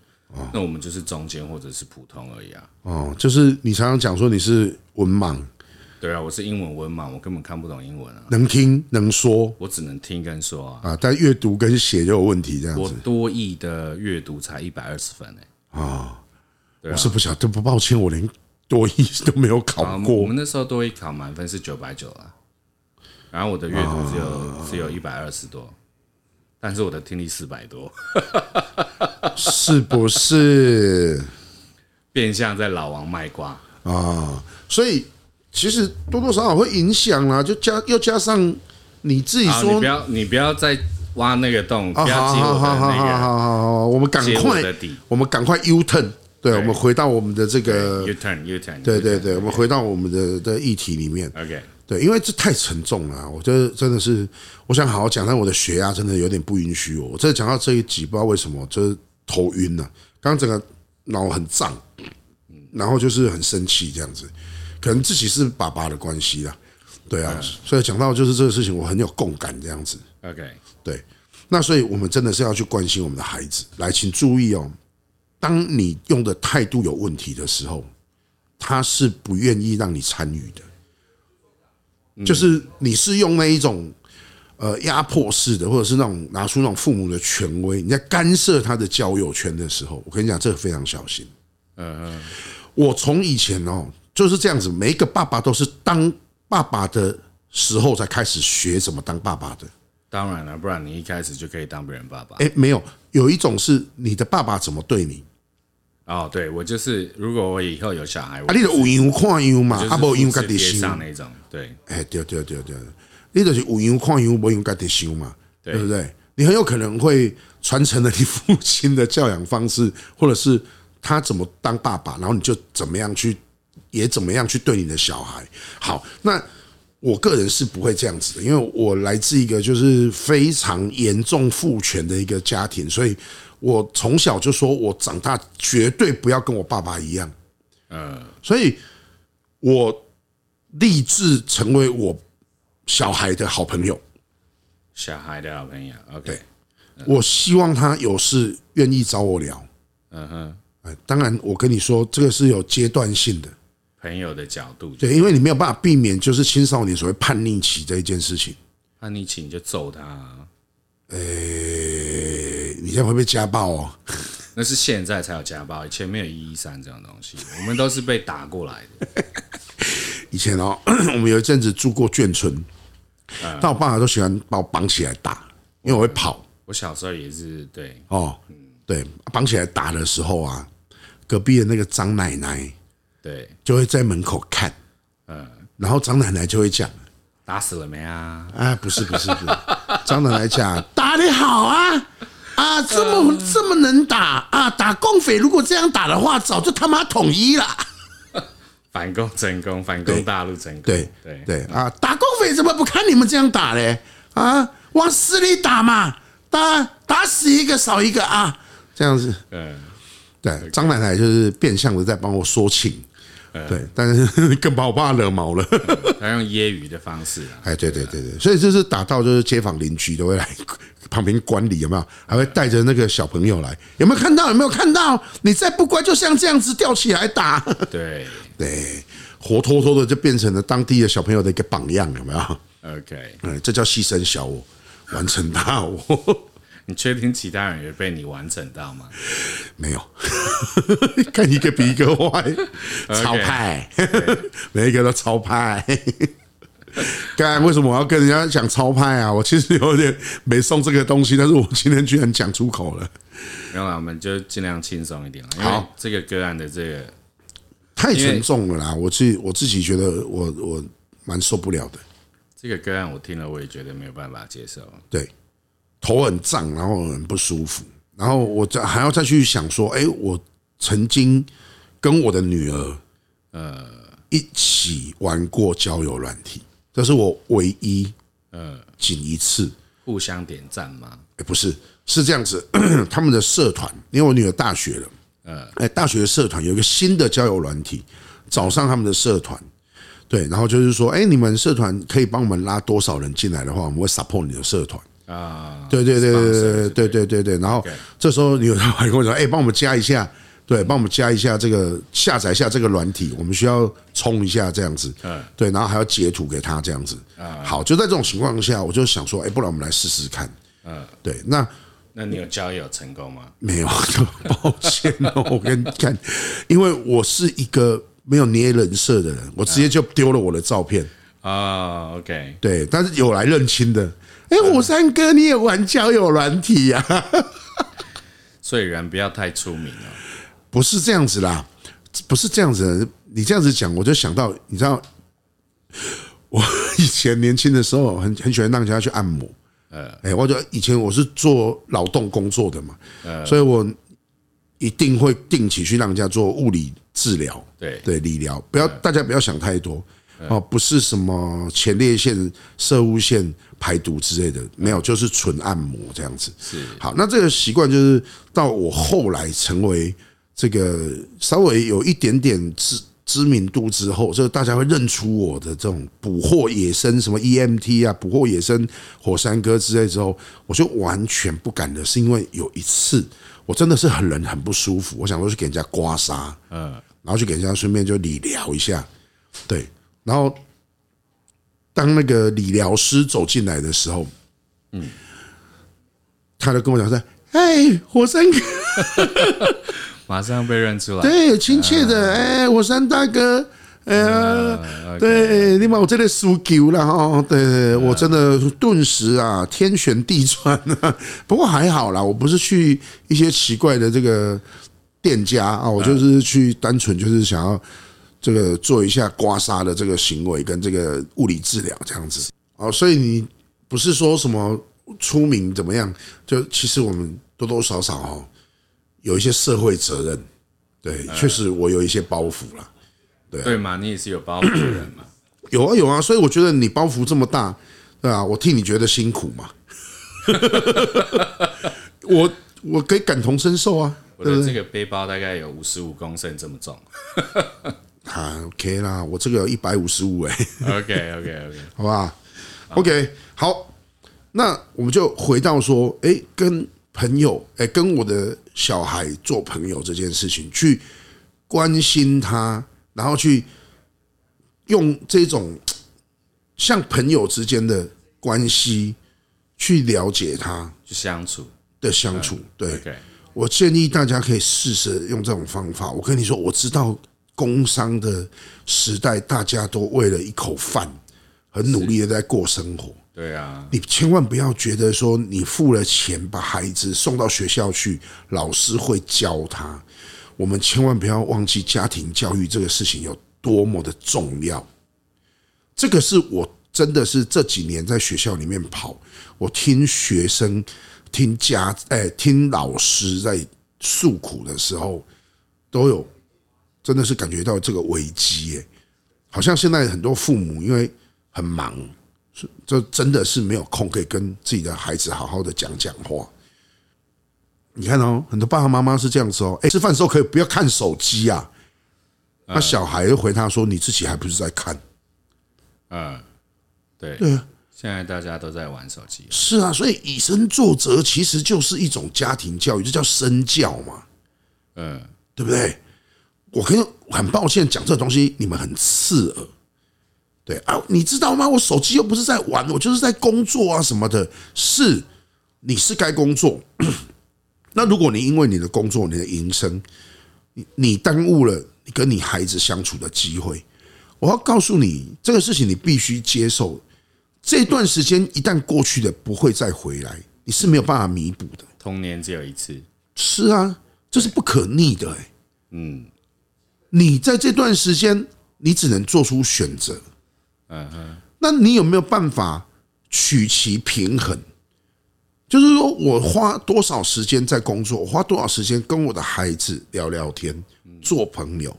[SPEAKER 2] 那我们就是中间或者是普通而已啊。
[SPEAKER 1] 哦，就是你常常讲说你是文盲，
[SPEAKER 2] 对啊，我是英文文盲，我根本看不懂英文啊，
[SPEAKER 1] 能听能说
[SPEAKER 2] 我只能听跟说啊。
[SPEAKER 1] 啊，但阅读跟写就有问题，这样
[SPEAKER 2] 我
[SPEAKER 1] 子。
[SPEAKER 2] 多译的阅读才一百二十分哎、
[SPEAKER 1] 我是不晓得，不抱歉，我连多一 (laughs) 都没有
[SPEAKER 2] 啊，
[SPEAKER 1] 考
[SPEAKER 2] 我
[SPEAKER 1] 过。
[SPEAKER 2] 们那时候多一考满分是九百九啦，然后我的阅读只有、
[SPEAKER 1] 啊
[SPEAKER 2] 只有一百二十多，但是我的听力四百多，
[SPEAKER 1] 是不是
[SPEAKER 2] 变相在老王卖瓜。
[SPEAKER 1] 啊？所以其实多多少少会影响啦，就加又加上你自己
[SPEAKER 2] 好，啊你
[SPEAKER 1] 说
[SPEAKER 2] 不要你不要再挖那个洞，不
[SPEAKER 1] 啊，
[SPEAKER 2] 要
[SPEAKER 1] 好
[SPEAKER 2] 记
[SPEAKER 1] 好
[SPEAKER 2] 我
[SPEAKER 1] 好
[SPEAKER 2] 的
[SPEAKER 1] 好好
[SPEAKER 2] 那
[SPEAKER 1] 好好，我们赶
[SPEAKER 2] 个揭我
[SPEAKER 1] 快，
[SPEAKER 2] 的底。
[SPEAKER 1] 我们赶快 U turn，对，我们回到我们的这个，
[SPEAKER 2] U turn U turn，
[SPEAKER 1] 对对对，我们回到我们的的议题里面。
[SPEAKER 2] ，OK，
[SPEAKER 1] 对，因为这太沉重了啊、我觉得真的是，我想好好讲，但我的血压真的有点不允许我。我真的讲到这一集，不知道为什么就是头晕了、刚刚整个脑很胀，然后就是很生气这样子，可能自己是爸爸的关系啦，对啊，所以讲到就是这个事情，我很有共感这样子。
[SPEAKER 2] OK，
[SPEAKER 1] 对，那所以我们真的是要去关心我们的孩子。来，请注意哦，当你用的态度有问题的时候，他是不愿意让你参与的，
[SPEAKER 2] 嗯
[SPEAKER 1] 就是你是用那一种。呃，压迫式的，或者是那种拿出那种父母的权威，你在干涉他的交友圈的时候，我跟你讲，这个非常小心。
[SPEAKER 2] 嗯、
[SPEAKER 1] 我从以前哦就是这样子，每一个爸爸都是当爸爸的时候才开始学怎么当爸爸的。
[SPEAKER 2] 当然了，不然你一开始就可以当别人爸爸。
[SPEAKER 1] 哎，没有，有一种是你的爸爸怎么对你，
[SPEAKER 2] 哦，对我就是，如果我以后有小孩，我
[SPEAKER 1] 啊，你的有样看样嘛，啊，无
[SPEAKER 2] 就是
[SPEAKER 1] 样
[SPEAKER 2] 复
[SPEAKER 1] 家
[SPEAKER 2] 制
[SPEAKER 1] 己想
[SPEAKER 2] 贴上，那种，对，
[SPEAKER 1] 哎，对对对对，你就是有样看样，无样家己想嘛，对不对？你很有可能会传承了你父亲的教养方式，或者是他怎么当爸爸，然后你就怎么样去，也怎么样去对你的小孩。好，那我个人是不会这样子的，因为我来自一个就是非常严重父权的一个家庭，所以我从小就说我长大绝对不要跟我爸爸一样。
[SPEAKER 2] 呃，
[SPEAKER 1] 所以我立志成为我小孩的好朋友。
[SPEAKER 2] 小孩的好朋友，OK，
[SPEAKER 1] 我希望他有事愿意找我聊。
[SPEAKER 2] 嗯哼，
[SPEAKER 1] 哎，当然，我跟你说，这个是有阶段性的，
[SPEAKER 2] 朋友的角度，
[SPEAKER 1] 对，因为你没有办法避免，就是青少年所谓叛逆期这一件事情。
[SPEAKER 2] 那你请就揍他、啊，
[SPEAKER 1] 诶，呃你现在会被家暴哦？
[SPEAKER 2] 那是现在才有家暴，以前没有一一三这种东西，我们都是被打过来的。
[SPEAKER 1] 以前哦， (clears throat) 我们有一阵子住过眷村，
[SPEAKER 2] 嗯
[SPEAKER 1] 但我爸爸都喜欢把我绑起来打，因为我会跑。
[SPEAKER 2] 我小时候也是，对，
[SPEAKER 1] 哦，对，绑起来打的时候啊，隔壁的那个张奶奶
[SPEAKER 2] 对，
[SPEAKER 1] 就会在门口看，
[SPEAKER 2] 嗯，
[SPEAKER 1] 然后张奶奶就会讲
[SPEAKER 2] 打死了没啊？：“
[SPEAKER 1] 啊，不是不是不是， (laughs) 张奶奶讲打得好啊啊，这么这么能打啊，打共匪如果这样打的话，早就他妈统一了。
[SPEAKER 2] 反攻成功，反攻大陆成功，
[SPEAKER 1] 对
[SPEAKER 2] 对
[SPEAKER 1] 对啊，打共匪怎么不看你们这样打嘞？啊，往死里打嘛，打打死一个少一个啊，这样子。
[SPEAKER 2] 嗯，
[SPEAKER 1] 对，张奶奶就是变相的在帮我说情。对，但是 (laughs) 更把我爸惹毛了。
[SPEAKER 2] 他用揶揄的方式啊，
[SPEAKER 1] 哎，对对对对，所以就是打到就是街坊邻居都会来 (laughs) 旁边观礼，有没有？还会带着那个小朋友来，有没有看到？有没有看到？你再不乖，就像这样子吊起来打。 (laughs)
[SPEAKER 2] 对
[SPEAKER 1] 对，活脱脱的就变成了当地的小朋友的一个榜样，有没有？
[SPEAKER 2] ，OK， (laughs)
[SPEAKER 1] 嗯，这叫牺牲小我，完成大我。
[SPEAKER 2] 你确定其他人也被你完整到吗？
[SPEAKER 1] 没有， (laughs) 看一个比一个坏，超派， (laughs) 每一个都超派。 (laughs) 刚才为什么我要跟人家讲超派啊？我其实有点没送这个东西，但是我今天居然讲出口了，
[SPEAKER 2] 没有啦，我们就尽量轻松一点了，因为
[SPEAKER 1] 好
[SPEAKER 2] 这个个案的这个，
[SPEAKER 1] 太沉重了啦！我自己我自己觉得我我蛮受不了的，
[SPEAKER 2] 这个个案我听了我也觉得没有办法接受。
[SPEAKER 1] 对，头很胀，然后很不舒服，然后我再还要再去想说，哎，我曾经跟我的女儿
[SPEAKER 2] 呃
[SPEAKER 1] 一起玩过交友软体，这是我唯一
[SPEAKER 2] 呃，
[SPEAKER 1] 仅一次，
[SPEAKER 2] 互相点赞吗？
[SPEAKER 1] 哎，不是，是这样子， (clears throat) 他们的社团，因为我女儿大学了，呃，哎，大学的社团有一个新的交友软体，找上他们的社团，对，然后就是说，哎，你们社团可以帮我们拉多少人进来的话，我们会 support 你的社团。
[SPEAKER 2] 啊、
[SPEAKER 1] 对对对对
[SPEAKER 2] Sponsor，
[SPEAKER 1] 对对对对。然后这时候你有还跟我说，哎，帮我们加一下，对，帮我们加一下这个下载一下这个软体，我们需要冲一下这样子。嗯，对，然后还要截图给他这样子。好，就在这种情况下，我就想说，哎，不然我们来试试看。嗯，对，那
[SPEAKER 2] 那你有交友成功吗？
[SPEAKER 1] 没有， (laughs) 抱歉哦，我跟你看，因为我是一个没有捏人设的人，我直接就丢了我的照片。
[SPEAKER 2] 啊、o k
[SPEAKER 1] 对，但是有来认亲的。哎，我三哥，你也玩交友软体啊呀、
[SPEAKER 2] 所以人不要太出名哦。
[SPEAKER 1] 不是这样子啦，不是这样子的。你这样子讲，我就想到，你知道，我以前年轻的时候很很喜欢让人家去按摩。呃，哎，我就以前我是做劳动工作的嘛，所以我一定会定期去让人家做物理治疗，
[SPEAKER 2] 对
[SPEAKER 1] 对理疗，不要大家不要想太多哦，不是什么前列腺、射物腺排毒之类的，没有，就是纯按摩这样子。
[SPEAKER 2] 是
[SPEAKER 1] 好，那这个习惯就是到我后来成为这个稍微有一点点知知名度之后，就是大家会认出我的这种捕获野生什么 EMT 啊，捕获野生火山哥之类之后，我就完全不敢的，是因为有一次我真的是很人很不舒服，我想说去给人家刮痧，嗯，然后去给人家顺便就理疗一下，对，然后当那个理疗师走进来的时候，他就跟我讲说：“哎，火山哥，
[SPEAKER 2] 马上被认出来。
[SPEAKER 1] 对，亲切的，哎，火山大哥，呃，
[SPEAKER 2] 呃，
[SPEAKER 1] 对，你把我这里输球了哈，对对，我真的顿时啊，天旋地转啊。 (laughs) 不过还好啦，我不是去一些奇怪的这个店家啊，我就是去单纯就是想要这个做一下刮痧的这个行为跟这个物理治疗这样子哦，所以你不是说什么出名怎么样，就其实我们多多少少哦，有一些社会责任，对，确实我有一些包袱啦。
[SPEAKER 2] 对嘛，你也是有包袱的人
[SPEAKER 1] (coughs)
[SPEAKER 2] 嘛。
[SPEAKER 1] 有啊有啊，所以我觉得你包袱这么大，对啊，我替你觉得辛苦嘛。 (laughs) 我我可以感同身受啊，
[SPEAKER 2] 我的这个背包大概有五十五公升这么重。
[SPEAKER 1] 啊 OK 啦，我这个有一百五十五哎，
[SPEAKER 2] OK OK
[SPEAKER 1] (laughs)
[SPEAKER 2] OK，
[SPEAKER 1] 好吧？OK，好，那我们就回到说，哎，跟朋友，哎，跟我的小孩做朋友这件事情，去关心他，然后去用这种像朋友之间的关系去了解他，
[SPEAKER 2] 去相处。
[SPEAKER 1] 的相处。对
[SPEAKER 2] OK，
[SPEAKER 1] 我建议大家可以试试用这种方法。我跟你说，我知道工商的时代，大家都为了一口饭，很努力的在过生活。
[SPEAKER 2] 对啊，
[SPEAKER 1] 你千万不要觉得说你付了钱把孩子送到学校去，老师会教他。我们千万不要忘记家庭教育这个事情有多么的重要。这个是我真的是这几年在学校里面跑，我听学生、听家、哎、听老师在诉苦的时候，都有真的是感觉到这个危机耶。好像现在很多父母因为很忙，这真的是没有空可以跟自己的孩子好好的讲讲话。你看哦，很多爸爸妈妈是这样子哦，哎，吃饭的时候可以不要看手机啊，那小孩又回他说：“你自己还不是在看
[SPEAKER 2] 嗯，对对，现在大家都在玩手机？”，
[SPEAKER 1] 是啊，所以以身作则其实就是一种家庭教育，这叫身教嘛，
[SPEAKER 2] 嗯，
[SPEAKER 1] 对不对？我跟我很抱歉讲这东西，你们很刺耳。对啊，你知道吗？我手机又不是在玩，我就是在工作啊什么的。是，你是该工作。 (coughs) 那如果你因为你的工作、你的营生，你你耽误了你跟你孩子相处的机会，我要告诉你，这个事情你必须接受。这段时间一旦过去了，不会再回来，你是没有办法弥补的。
[SPEAKER 2] 童年只有一次，
[SPEAKER 1] 是啊，这是不可逆的、欸。
[SPEAKER 2] 嗯
[SPEAKER 1] 你在这段时间，你只能做出选择。
[SPEAKER 2] 嗯哼，
[SPEAKER 1] 那你有没有办法取其平衡？就是说我花多少时间在工作，我花多少时间跟我的孩子聊聊天，
[SPEAKER 2] 嗯
[SPEAKER 1] 做朋友。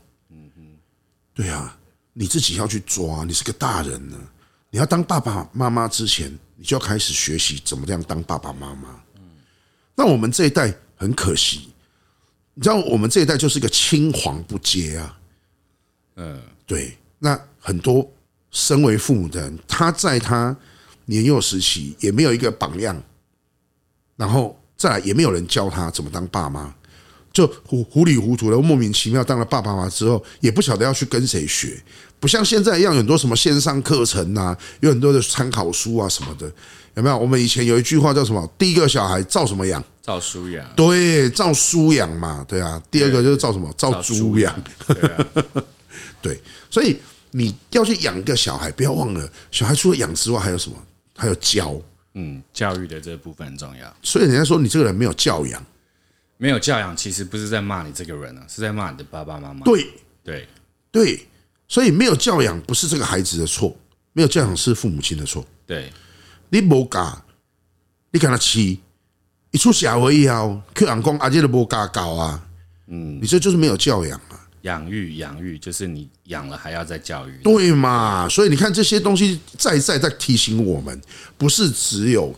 [SPEAKER 1] 对啊，你自己要去抓，你是个大人呢、你要当爸爸妈妈之前，你就要开始学习怎么样当爸爸妈妈。那我们这一代很可惜，你知道我们这一代就是个青黄不接啊。
[SPEAKER 2] 嗯，
[SPEAKER 1] 对，那很多身为父母的人，他在他年幼时期也没有一个榜样，然后再来也没有人教他怎么当爸妈，就糊糊里糊涂的莫名其妙当了爸爸妈妈之后，也不晓得要去跟谁学，不像现在一样有很多什么线上课程啊，有很多的参考书啊什么的，有没有？我们以前有一句话叫什么？第一个小孩照什么养？
[SPEAKER 2] 赵舒雅，
[SPEAKER 1] 对，照书养嘛，对啊。第二个就是照什么？照猪养。
[SPEAKER 2] 对啊，
[SPEAKER 1] (laughs) 对，所以你要去养一个小孩，不要忘了，小孩除了养之外，还有什么？还有教。
[SPEAKER 2] 嗯，教育的这部分很重要。
[SPEAKER 1] 所以人家说你这个人没有教养，
[SPEAKER 2] 没有教养，其实不是在骂你这个人啊，是在骂你的爸爸妈妈。
[SPEAKER 1] 对
[SPEAKER 2] 对，
[SPEAKER 1] 对，所以没有教养不是这个孩子的错，没有教养是父母亲的错。
[SPEAKER 2] 对，
[SPEAKER 1] 你无教，你跟他饲，一出社会以后，去人讲啊，这都无教教啊，嗯，你这就是没有教养啊，
[SPEAKER 2] 养育养育就是你养了还要再教育。
[SPEAKER 1] 对嘛？所以你看这些东西再再在提醒我们，不是只有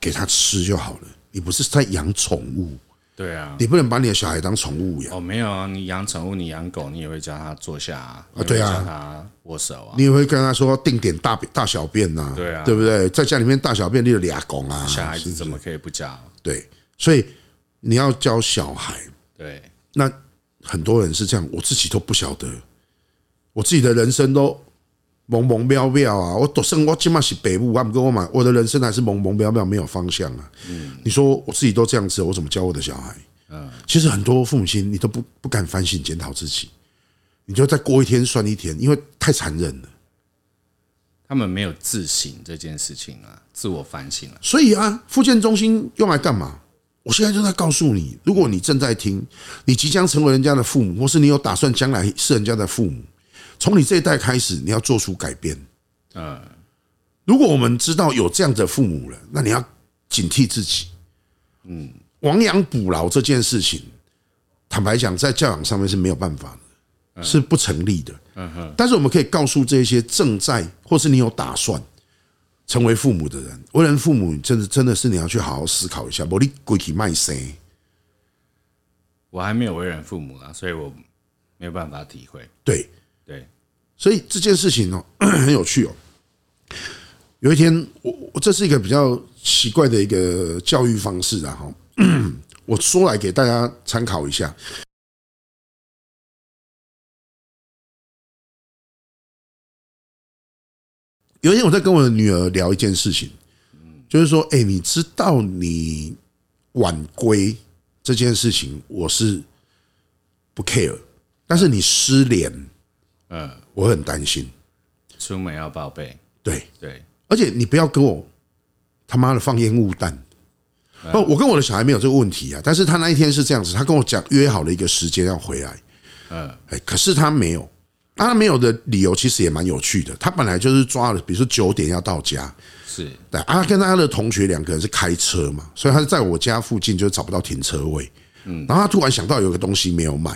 [SPEAKER 1] 给他吃就好了，你不是在养宠物。
[SPEAKER 2] 对啊，
[SPEAKER 1] 你不能把你的小孩当宠物养，
[SPEAKER 2] 哦，没有啊，你养宠物，你养狗，你也会教它坐下啊，你也会
[SPEAKER 1] 对啊
[SPEAKER 2] 教它握手啊。
[SPEAKER 1] 你也会跟他说定点大大小便呐、
[SPEAKER 2] 对啊
[SPEAKER 1] 对不对？在家里面大小便你就俩拱啊，
[SPEAKER 2] 小孩子怎么可以不教？
[SPEAKER 1] 对，所以你要教小孩，
[SPEAKER 2] 对，
[SPEAKER 1] 那很多人是这样，我自己都不晓得，我自己的人生都蒙蒙渺渺啊，我都剩我起码是北部，啊我不跟我买，我的人生还是蒙蒙渺渺，没有方向啊。你说我自己都这样子，我怎么教我的小孩？嗯，其实很多父母亲你都不不敢反省检讨自己，你就再过一天算一天，因为太残忍了。
[SPEAKER 2] 他们没有自省这件事情啊，自我反省啊。
[SPEAKER 1] 所以啊，复健中心用来干嘛？我现在就在告诉你，如果你正在听，你即将成为人家的父母，或是你有打算将来是人家的父母，从你这一代开始，你要做出改变。啊
[SPEAKER 2] 嗯，
[SPEAKER 1] 如果我们知道有这样的父母了，那你要警惕自己。嗯，亡羊补牢这件事情，坦白讲，在教养上面是没有办法的，是不成立的。嗯哼。但是我们可以告诉这些正在或是你有打算成为父母的人，为人父母，真的真的是你要去好好思考一下，不然你鬼去卖谁？
[SPEAKER 2] 我还没有为人父母啊，所以我没有办法体会。
[SPEAKER 1] 对，
[SPEAKER 2] 对，
[SPEAKER 1] 所以这件事情哦， (clears throat) 很有趣哦。有一天，我我这是一个比较奇怪的一个教育方式啊，哈， (clears throat) 我说来给大家参考一下。有一天，我在跟我的女儿聊一件事情，就是说，哎，你知道你晚归这件事情，我是不 care，但是你失联，
[SPEAKER 2] 嗯，
[SPEAKER 1] 我很担心。
[SPEAKER 2] 出门要报备。
[SPEAKER 1] 对，
[SPEAKER 2] 对，
[SPEAKER 1] 而且你不要给我他妈的放烟雾弹。不，我跟我的小孩没有这个问题啊，但是他那一天是这样子，他跟我讲约好了一个时间要回来，
[SPEAKER 2] 嗯，
[SPEAKER 1] 哎，可是他没有。那他没有的理由其实也蛮有趣的，他本来就是抓了，比如说九点要到家，
[SPEAKER 2] 是，
[SPEAKER 1] 对啊，他跟他的同学两个人是开车嘛，所以他是在我家附近就找不到停车位，嗯，然后他突然想到有个东西没有买，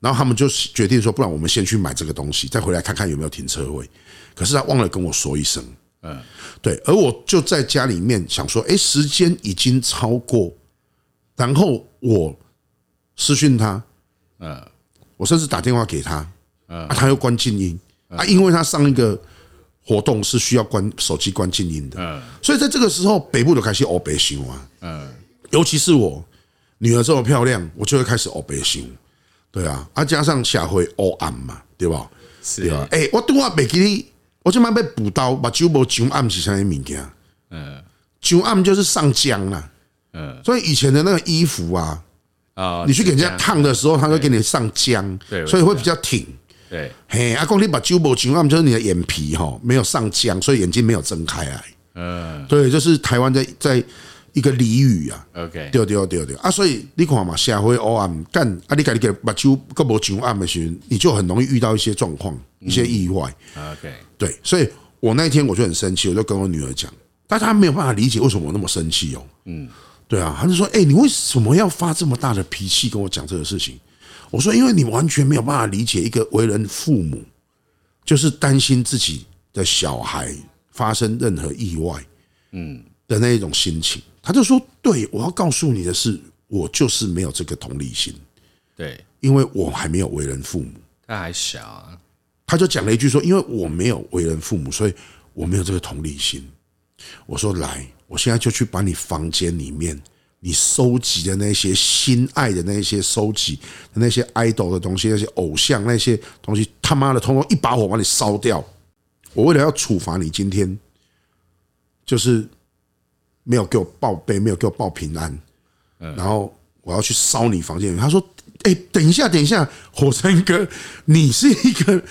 [SPEAKER 1] 然后他们就决定说，不然我们先去买这个东西，再回来看看有没有停车位。可是他忘了跟我说一声，
[SPEAKER 2] 嗯，
[SPEAKER 1] 对，而我就在家里面想说，哎，时间已经超过，然后我私讯他，
[SPEAKER 2] 嗯，
[SPEAKER 1] 我甚至打电话给他，啊，他又关静音啊，因为他上一个活动是需要关手机关静音的，所以在这个时候，北部就开始欧北行啊，嗯，尤其是我女儿这么漂亮，我就会开始欧北行，对啊，啊，加上下回欧暗嘛，对吧？
[SPEAKER 2] 是
[SPEAKER 1] 对啊，诶、我拄啊袂记你，我即摆要补刀，目睭无上暗是啥物物件？嗯，上暗就是上浆啦。嗯，所以以前的那个衣服啊，
[SPEAKER 2] 啊，
[SPEAKER 1] 你去给人
[SPEAKER 2] 是这
[SPEAKER 1] 家
[SPEAKER 2] 样
[SPEAKER 1] 烫的时候，他会给你上浆，
[SPEAKER 2] 对
[SPEAKER 1] 所以会比较挺。
[SPEAKER 2] 对，
[SPEAKER 1] 嘿，阿公，你把酒不上暗，啊就是你的眼皮哈没有上浆，所以眼睛没有睁开来。
[SPEAKER 2] 嗯
[SPEAKER 1] 对，就是台湾在在一个俚语啊，
[SPEAKER 2] ，OK，
[SPEAKER 1] 对对对对啊，所以你看嘛，社会黑暗干啊，你家己个目睭个无上暗的时候，你就很容易遇到一些状况、一些意外。
[SPEAKER 2] ，OK，
[SPEAKER 1] 对，所以我那一天我就很生气，我就跟我女儿讲，但她没有办法理解为什么我那么生气哦。嗯，对啊，她就说：“哎、你为什么要发这么大的脾气跟我讲这个事情？”我说：“因为你完全没有办法理解一个为人父母，就是担心自己的小孩发生任何意外，嗯的那一种心情。”她就说：“对，我要告诉你的是，我就是没有这个同理心，
[SPEAKER 2] 对，
[SPEAKER 1] 因为我还没有为人父母。”
[SPEAKER 2] 他还小啊，
[SPEAKER 1] 他就讲了一句说：“因为我没有为人父母，所以我没有这个同理心。”我说：“来，我现在就去把你房间里面你收集的那些心爱的那些收集的那些 idol 的东西，那些偶像那些东西，他妈的，通通一把火把你烧掉！我为了要处罚你，今天就是没有给我报备，没有给我报平安，然后我要去烧你房间。他说：“哎、等一下，等一下，火山哥，你是一个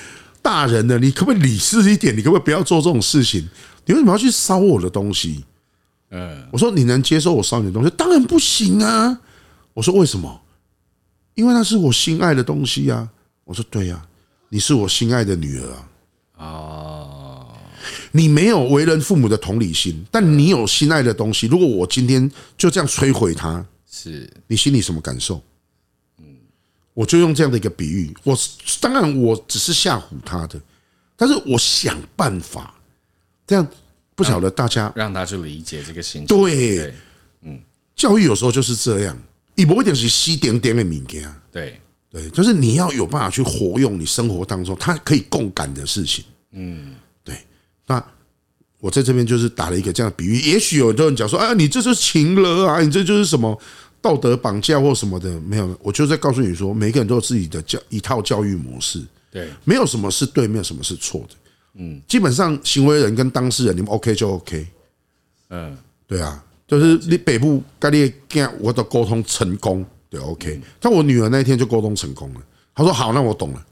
[SPEAKER 1] 大人的，你可不可以理智一点？你可不可以不要做这种事情？你为什么要去烧我的东西？”
[SPEAKER 2] 嗯，
[SPEAKER 1] 我说：“你能接受我烧你的东西？当然不行啊！”我说：“为什么？因为那是我心爱的东西啊！”我说：“对呀、你是我心爱的女儿啊！
[SPEAKER 2] 哦，
[SPEAKER 1] 你没有为人父母的同理心，但你有心爱的东西。如果我今天就这样摧毁它，
[SPEAKER 2] 是，
[SPEAKER 1] 你心里什么感受？嗯，我就用这样的一个比喻，我当然我只是吓唬他的，但是我想办法，这样不晓得大家
[SPEAKER 2] 让他去理解这个心情，
[SPEAKER 1] 对，嗯，教育有时候就是这样，一不一点是西点点的物件，
[SPEAKER 2] 对，
[SPEAKER 1] 对，就是你要有办法去活用你生活当中它可以共感的事情，嗯，对，那。我在这边就是打了一个这样的比喻，也许有很多人讲说：“啊，你这就是情勒啊，你这就是什么道德绑架或什么的。”没有，我就在告诉你说，每个人都有自己的教一套教育模式，
[SPEAKER 2] 对，
[SPEAKER 1] 没有什么是对，没有什么是错的。嗯，基本上行为人跟当事人，你们 OK 就 OK。
[SPEAKER 2] 嗯，
[SPEAKER 1] 对啊，就是你北部跟你干，我的沟通成功，对，OK。但我女儿那一天就沟通成功了，她说好，那我懂了。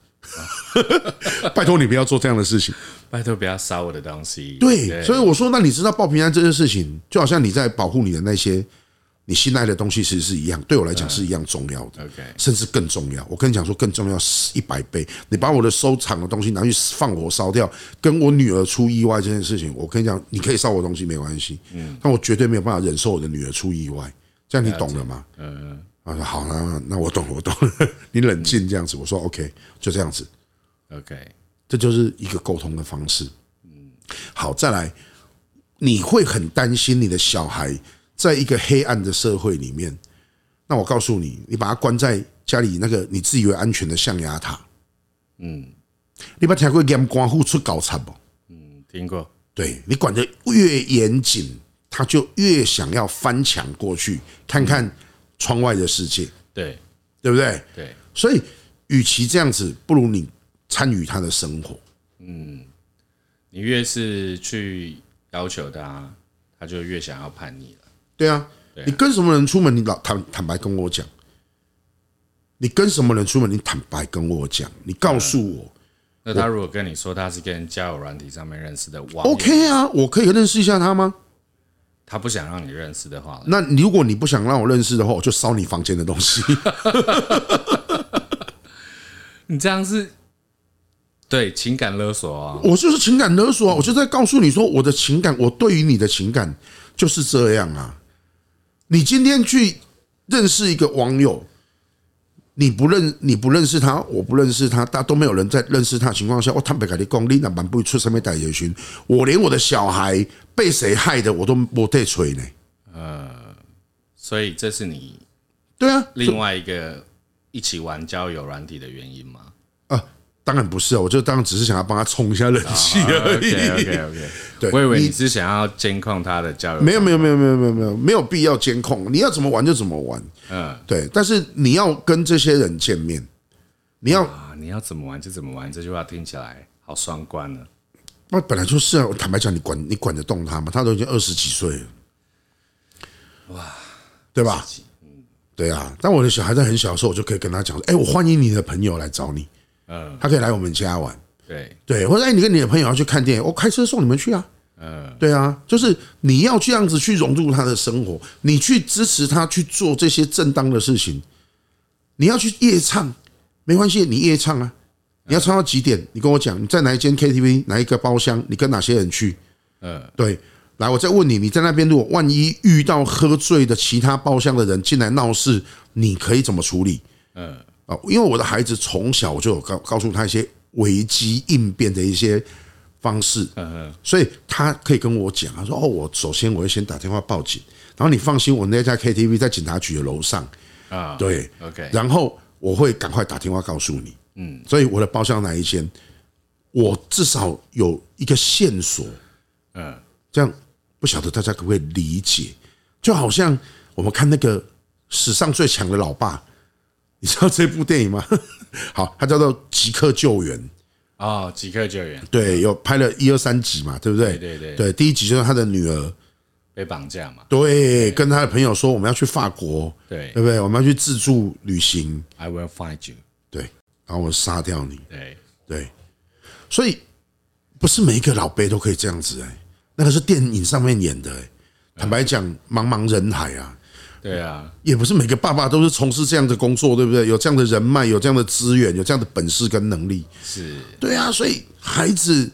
[SPEAKER 1] 拜托你不要做这样的事情。
[SPEAKER 2] 拜托不要烧我的东西，
[SPEAKER 1] 对，所以我说，那你知道报平安这件事情，就好像你在保护你的那些你心爱的东西，其实是一样，对我来讲是一样重要的，
[SPEAKER 2] ，OK，
[SPEAKER 1] 甚至更重要。我跟你讲说，更重要一百倍。你把我的收藏的东西拿去放火烧掉，跟我女儿出意外这件事情，我跟你讲，你可以烧我东西没关系，
[SPEAKER 2] 嗯
[SPEAKER 1] 但我绝对没有办法忍受我的女儿出意外。这样你懂了吗？
[SPEAKER 2] 嗯，
[SPEAKER 1] 啊，好，那那我懂，我懂了。 (laughs) 你冷静这样子，我说 OK，就这样子。
[SPEAKER 2] ，OK，
[SPEAKER 1] 这就是一个沟通的方式。嗯好，再来，你会很担心你的小孩在一个黑暗的社会里面。那我告诉你，你把他关在家里那个你自以为安全的象牙塔，嗯，你把听过严管护出搞惨不？
[SPEAKER 2] 嗯，听过，
[SPEAKER 1] 对你管得越严谨，他就越想要翻墙过去看看窗外的世界，
[SPEAKER 2] 对，
[SPEAKER 1] 对不对？
[SPEAKER 2] 对，
[SPEAKER 1] 所以，与其这样子，不如你参与他的生活。
[SPEAKER 2] 你越是去要求他，他就越想要叛逆了，
[SPEAKER 1] 对啊，你跟什么人出门，你老坦坦白跟我讲。你跟什么人出门，你坦白跟我讲，你告诉我
[SPEAKER 2] 那他如果跟你说他是跟交友软体上面认识的网友，
[SPEAKER 1] ，OK 啊，我可以认识一下他吗？
[SPEAKER 2] 他不想让你认识的话，
[SPEAKER 1] 那如果你不想让我认识的话，我就烧你房间的东西。
[SPEAKER 2] 你这样是对情感勒索啊、
[SPEAKER 1] 我就是情感勒索啊，我就在告诉你说，我的情感，我对于你的情感就是这样啊。你今天去认识一个网友，你不认你不认识他，我不认识他，大家都没有人在认识他的情况下，我坦白跟你讲，你那蛮不会出什么歹言群，我连我的小孩被谁害的，我都没得吹呢。
[SPEAKER 2] 所以这是你
[SPEAKER 1] 对啊，
[SPEAKER 2] 另外一个一起玩交友软体的原因 (laughs) 吗
[SPEAKER 1] 当然不是啊，我就当然只是想要帮他冲一下人气而已。
[SPEAKER 2] ？OK OK OK，
[SPEAKER 1] 对
[SPEAKER 2] 我以为你是想要监控他的交友，
[SPEAKER 1] 没有没有没有没有没有没有没有必要监控，你要怎么玩就怎么玩。
[SPEAKER 2] 嗯
[SPEAKER 1] 对，但是你要跟这些人见面，你要
[SPEAKER 2] 啊，你要怎么玩就怎么玩，这句话听起来好双关啊呢。
[SPEAKER 1] 那本来就是啊。我坦白讲，你管你管得动他吗？他都已经二十几岁了，哇，对吧？
[SPEAKER 2] 嗯
[SPEAKER 1] 对啊。但我的小孩在很小的时候，我就可以跟他讲说：“哎，我欢迎你的朋友来找你，
[SPEAKER 2] 嗯，
[SPEAKER 1] 他可以来我们家玩。”
[SPEAKER 2] 对，
[SPEAKER 1] 对，或者哎，你跟你的朋友要去看电影，我哦开车送你们去啊。
[SPEAKER 2] 嗯，
[SPEAKER 1] 对啊，就是你要这样子去融入他的生活，你去支持他去做这些正当的事情。你要去夜唱，没关系，你夜唱啊。你要唱到几点？你跟我讲，你在哪一间 KTV，哪一个包厢，你跟哪些人去？
[SPEAKER 2] 嗯，
[SPEAKER 1] 对。来，我再问你，你在那边如果万一遇到喝醉的其他包厢的人进来闹事，你可以怎么处理？
[SPEAKER 2] 嗯，
[SPEAKER 1] 啊，因为我的孩子从小我就有告告诉他一些危机应变的一些方式，所以他可以跟我讲，他说：“哦，我首先我会先打电话报警，然后你放心，我那家 KTV 在警察局的楼上，
[SPEAKER 2] 啊，
[SPEAKER 1] 对，
[SPEAKER 2] ，OK，
[SPEAKER 1] 然后我会赶快打电话告诉你，嗯，所以我的包厢哪一间，我至少有一个线索，
[SPEAKER 2] 嗯，
[SPEAKER 1] 这样不晓得大家可不可以理解？就好像我们看那个史上最强的老爸，你知道这部电影吗？ (laughs) 好，它叫做《即刻救援》，
[SPEAKER 2] 哦，即刻救援
[SPEAKER 1] 对，有拍了一二三集嘛，对不嗯对？
[SPEAKER 2] 对对对
[SPEAKER 1] 对，第一集就是他的女儿，
[SPEAKER 2] 被绑架嘛，
[SPEAKER 1] 对，跟他的朋友说我们要去法国，
[SPEAKER 2] 对
[SPEAKER 1] 对不对？我们要去自助旅行，
[SPEAKER 2] ，I will find you，
[SPEAKER 1] 对，然后我杀掉你，
[SPEAKER 2] 对，
[SPEAKER 1] 对，所以不是每一个老辈都可以这样子哎、那个是电影上面演的哎、坦白讲，茫茫人海啊，
[SPEAKER 2] 对啊，
[SPEAKER 1] 也不是每个爸爸都是从事这样的工作，对不对？有这样的人脉，有这样的资源，有这样的本事跟能力，
[SPEAKER 2] 是，
[SPEAKER 1] 对啊，所以孩子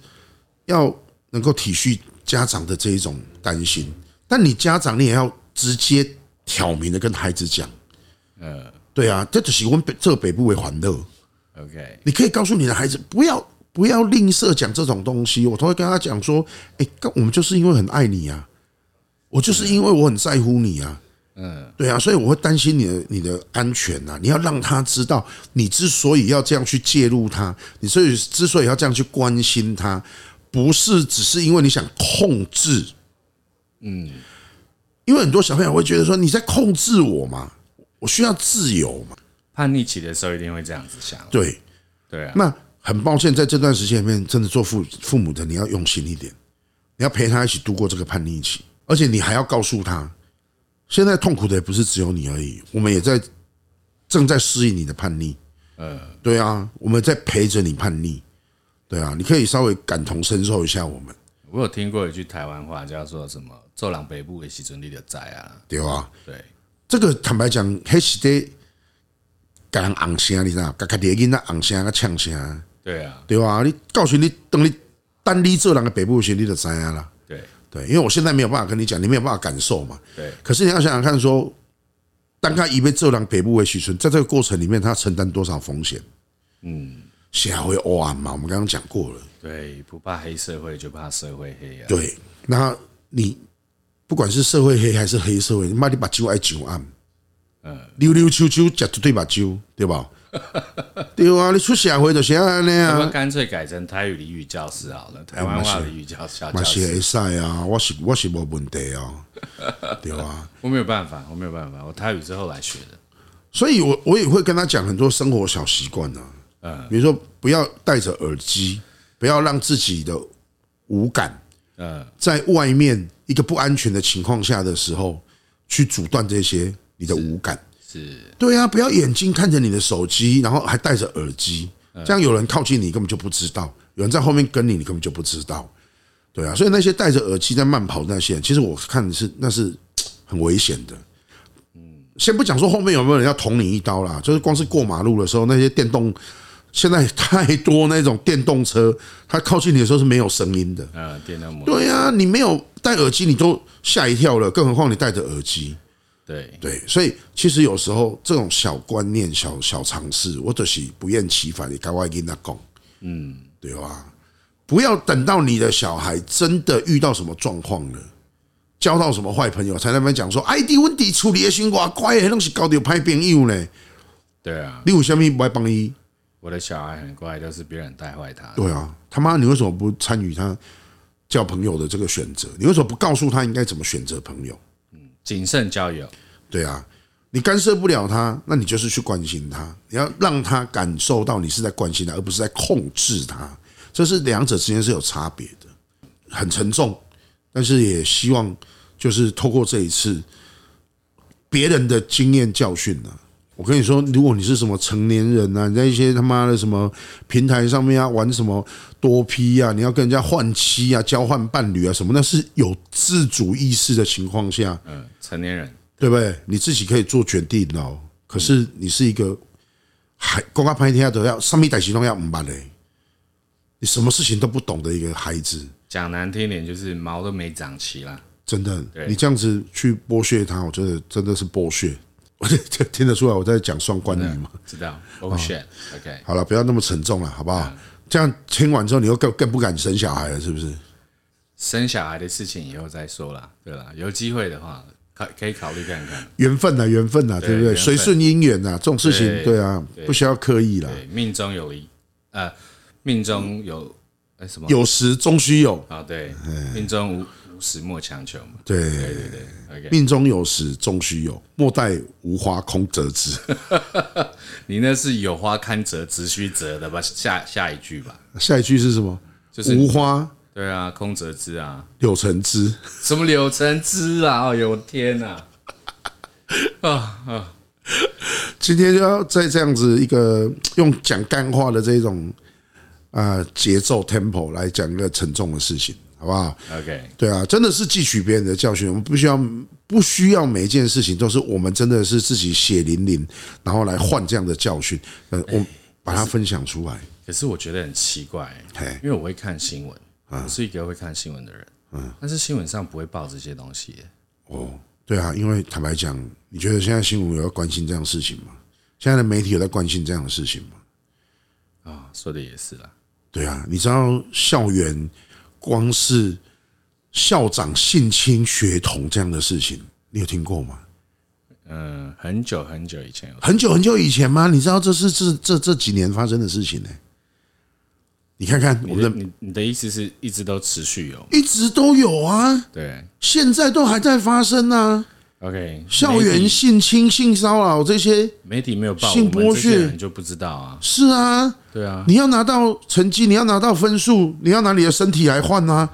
[SPEAKER 1] 要能够体恤家长的这一种担心，但你家长你也要直接挑明的跟孩子讲，
[SPEAKER 2] 嗯
[SPEAKER 1] 对啊，这就是我们北这北部为欢乐，
[SPEAKER 2] ，OK，
[SPEAKER 1] 你可以告诉你的孩子，不要不要吝啬讲这种东西。我都会跟他讲说，哎、干我们就是因为很爱你啊，我就是因为我很在乎你啊，
[SPEAKER 2] 嗯，
[SPEAKER 1] 对啊，所以我会担心你的你的安全呐、啊。你要让他知道，你之所以要这样去介入他，你所以之所以要这样去关心他，不是只是因为你想控制，嗯，因为很多小朋友会觉得说你在控制我嘛，我需要自由嘛，
[SPEAKER 2] 叛逆期的时候一定会这样子想，
[SPEAKER 1] 对。
[SPEAKER 2] 对啊，
[SPEAKER 1] 那很抱歉，在这段时间里面，真的做父父母的，你要用心一点，你要陪他一起度过这个叛逆期，而且你还要告诉他，现在痛苦的也不是只有你而已，我们也在正在适应你的叛逆。
[SPEAKER 2] 嗯，
[SPEAKER 1] 对啊，我们在陪着你叛逆。对啊，你可以稍微感同身受一下我们，
[SPEAKER 2] 我有听过一句台湾话叫做什么“做狼北部的时阵你就知啊
[SPEAKER 1] 对吧？”，
[SPEAKER 2] 对，
[SPEAKER 1] 这个坦白讲，黑是得给人昂声，你知道？给家己的囡仔昂声个呛声，
[SPEAKER 2] 对啊，
[SPEAKER 1] 对啊，你告诉你，等你等你做人的北部时，你就知影啦。
[SPEAKER 2] 对
[SPEAKER 1] 对，因为我现在没有办法跟你讲，你没有办法感受嘛。
[SPEAKER 2] 对，
[SPEAKER 1] 可是你要想想看说当他一被这辆北部为许村，在这个过程里面，他承担多少风险？
[SPEAKER 2] 嗯，
[SPEAKER 1] 血还会欧安嘛？我们刚刚讲过了，
[SPEAKER 2] 对，不怕黑社会，就怕社会黑啊。
[SPEAKER 1] 对。那你不管是社会黑还是黑社会，你妈你把酒爱酒暗，嗯，溜溜球球夹绝对把酒，对
[SPEAKER 2] (laughs)
[SPEAKER 1] 吧？对啊，你出社会就是安尼
[SPEAKER 2] 要不
[SPEAKER 1] 啊
[SPEAKER 2] 要，干脆改成台语俚语教室好
[SPEAKER 1] 哎
[SPEAKER 2] 了？台湾话俚语教小教
[SPEAKER 1] 嘛是
[SPEAKER 2] 室，
[SPEAKER 1] 会使啊，我是我是无问题啊，对啊。
[SPEAKER 2] 我没有办法，我没有办法，我台语是后来学的。
[SPEAKER 1] 所以我我也会跟他讲很多生活小习惯啊，比如说不要戴着耳机，不要让自己的无感
[SPEAKER 2] 嗯，
[SPEAKER 1] 在外面一个不安全的情况下的时候去阻断这些你的无感。
[SPEAKER 2] 是，
[SPEAKER 1] 对啊，不要眼睛看着你的手机，然后还戴着耳机，这样有人靠近你根本就不知道，有人在后面跟你，你根本就不知道。对啊，所以那些戴着耳机在慢跑的那些人，其实我看是那是很危险的。嗯，先不讲说后面有没有人要捅你一刀啦，就是光是过马路的时候，那些电动现在太多那种电动车，它靠近你的时候是没有声音的。
[SPEAKER 2] 嗯，电动模，
[SPEAKER 1] 对啊，你没有戴耳机你都吓一跳了，更何况你戴着耳机。
[SPEAKER 2] 对，
[SPEAKER 1] 对，所以其实有时候这种小观念、小小尝试，我就是不厌其烦的跟外跟他讲，嗯，对吧？不要等到你的小孩真的遇到什么状况了，交到什么坏朋友，才在那边讲说，哎，弟问题处理的心瓜乖，那是搞得有歹朋友呢。
[SPEAKER 2] 对啊，
[SPEAKER 1] 你有虾米不爱帮伊？
[SPEAKER 2] 我的小孩很乖，都是别人带坏他的。
[SPEAKER 1] 对啊，他妈，你为什么不参与他交朋友的这个选择？你为什么不告诉他应该怎么选择朋友？
[SPEAKER 2] 谨慎交友，
[SPEAKER 1] 对啊，你干涉不了他，那你就是去关心他，你要让他感受到你是在关心他，而不是在控制他，这是两者之间是有差别的，很沉重，但是也希望就是透过这一次别人的经验教训呢、我跟你说，如果你是什么成年人啊，你在一些他妈的什么平台上面啊玩什么多批啊，你要跟人家换妻啊、交换伴侣啊什么，那是有自主意识的情况下，
[SPEAKER 2] 嗯，成年人
[SPEAKER 1] 对不对？你自己可以做决定哦。可是你是一个还公开拍天都要上面代行动要唔办嘞，你什么事情都不懂的一个孩子，
[SPEAKER 2] 讲难听点就是毛都没长齐啦。
[SPEAKER 1] 真的，你这样子去剥削他，我觉得真的是剥削。 (laughs) 我这这听得出来我在讲双关语吗？
[SPEAKER 2] 知道？Oh
[SPEAKER 1] 哦
[SPEAKER 2] shit，OK，
[SPEAKER 1] 好了，不要那么沉重了，好不好？这样听完之后，你又更更不敢生小孩了，是不是？
[SPEAKER 2] 生小孩的事情以后再说啦。对啦，有机会的话，可可以考虑看看。
[SPEAKER 1] 缘分呐，缘分啊呐，对不
[SPEAKER 2] 缘
[SPEAKER 1] 对？
[SPEAKER 2] 分
[SPEAKER 1] 随顺因缘呐，这种事情，
[SPEAKER 2] 对
[SPEAKER 1] 对啊，不需要刻意啦。
[SPEAKER 2] 对，命中有一，呃，命中有哎什么？
[SPEAKER 1] 有时终须有，
[SPEAKER 2] 啊，对，命中无无时莫强求嘛。
[SPEAKER 1] 对。
[SPEAKER 2] 对对，OK。
[SPEAKER 1] 命中有时终须有，莫待无花空折枝。 (laughs)
[SPEAKER 2] 你那是有花堪折直须折的吧？下下一句吧。
[SPEAKER 1] 下一句是什么？
[SPEAKER 2] 就是
[SPEAKER 1] 无花
[SPEAKER 2] 对啊，空折枝啊，
[SPEAKER 1] 柳橙汁。
[SPEAKER 2] 什么柳橙汁啊？哎呦我天哪、
[SPEAKER 1] 今天就要在这样子一个用讲干话的这种啊节、奏 tempo 来讲一个沉重的事情，好不好？
[SPEAKER 2] o k
[SPEAKER 1] 对啊，真的是汲取别人的教训，我们不需要不需要每一件事情都是我们真的是自己血淋淋，然后来换这样的教训。呃，我把它分享出来。
[SPEAKER 2] 可是我觉得很奇怪、
[SPEAKER 1] 嘿嗯
[SPEAKER 2] 因为我会看新闻，我是一个会看新闻的人，但是新闻上不会报这些东西耶、
[SPEAKER 1] 对啊，因为坦白讲，你觉得现在新闻有要关心这样的事情吗？现在的媒体有在关心这样的事情吗？
[SPEAKER 2] 啊，说的也是啦，
[SPEAKER 1] 对啊，你知道校园光是校长性侵学童这样的事情，你有听过吗？
[SPEAKER 2] 嗯，很久很久以前有，
[SPEAKER 1] 很久很久以前吗？你知道这是这这这几年发生的事情呢、你看看我
[SPEAKER 2] 你
[SPEAKER 1] 们
[SPEAKER 2] 的
[SPEAKER 1] 的
[SPEAKER 2] 你你的意思是一直都持续有，
[SPEAKER 1] 一直都有啊，
[SPEAKER 2] 对
[SPEAKER 1] 现在都还在发生啊，
[SPEAKER 2] ，OK，
[SPEAKER 1] 校
[SPEAKER 2] 媒
[SPEAKER 1] 园
[SPEAKER 2] 体
[SPEAKER 1] 性侵、性骚扰这些
[SPEAKER 2] 媒体没有报，我
[SPEAKER 1] 性
[SPEAKER 2] 们
[SPEAKER 1] 剥
[SPEAKER 2] 这些
[SPEAKER 1] 削
[SPEAKER 2] 人就不知道啊，
[SPEAKER 1] 是啊，
[SPEAKER 2] 对啊，
[SPEAKER 1] 你要拿到成绩，你要拿到分数，你要拿你的身体来换啊！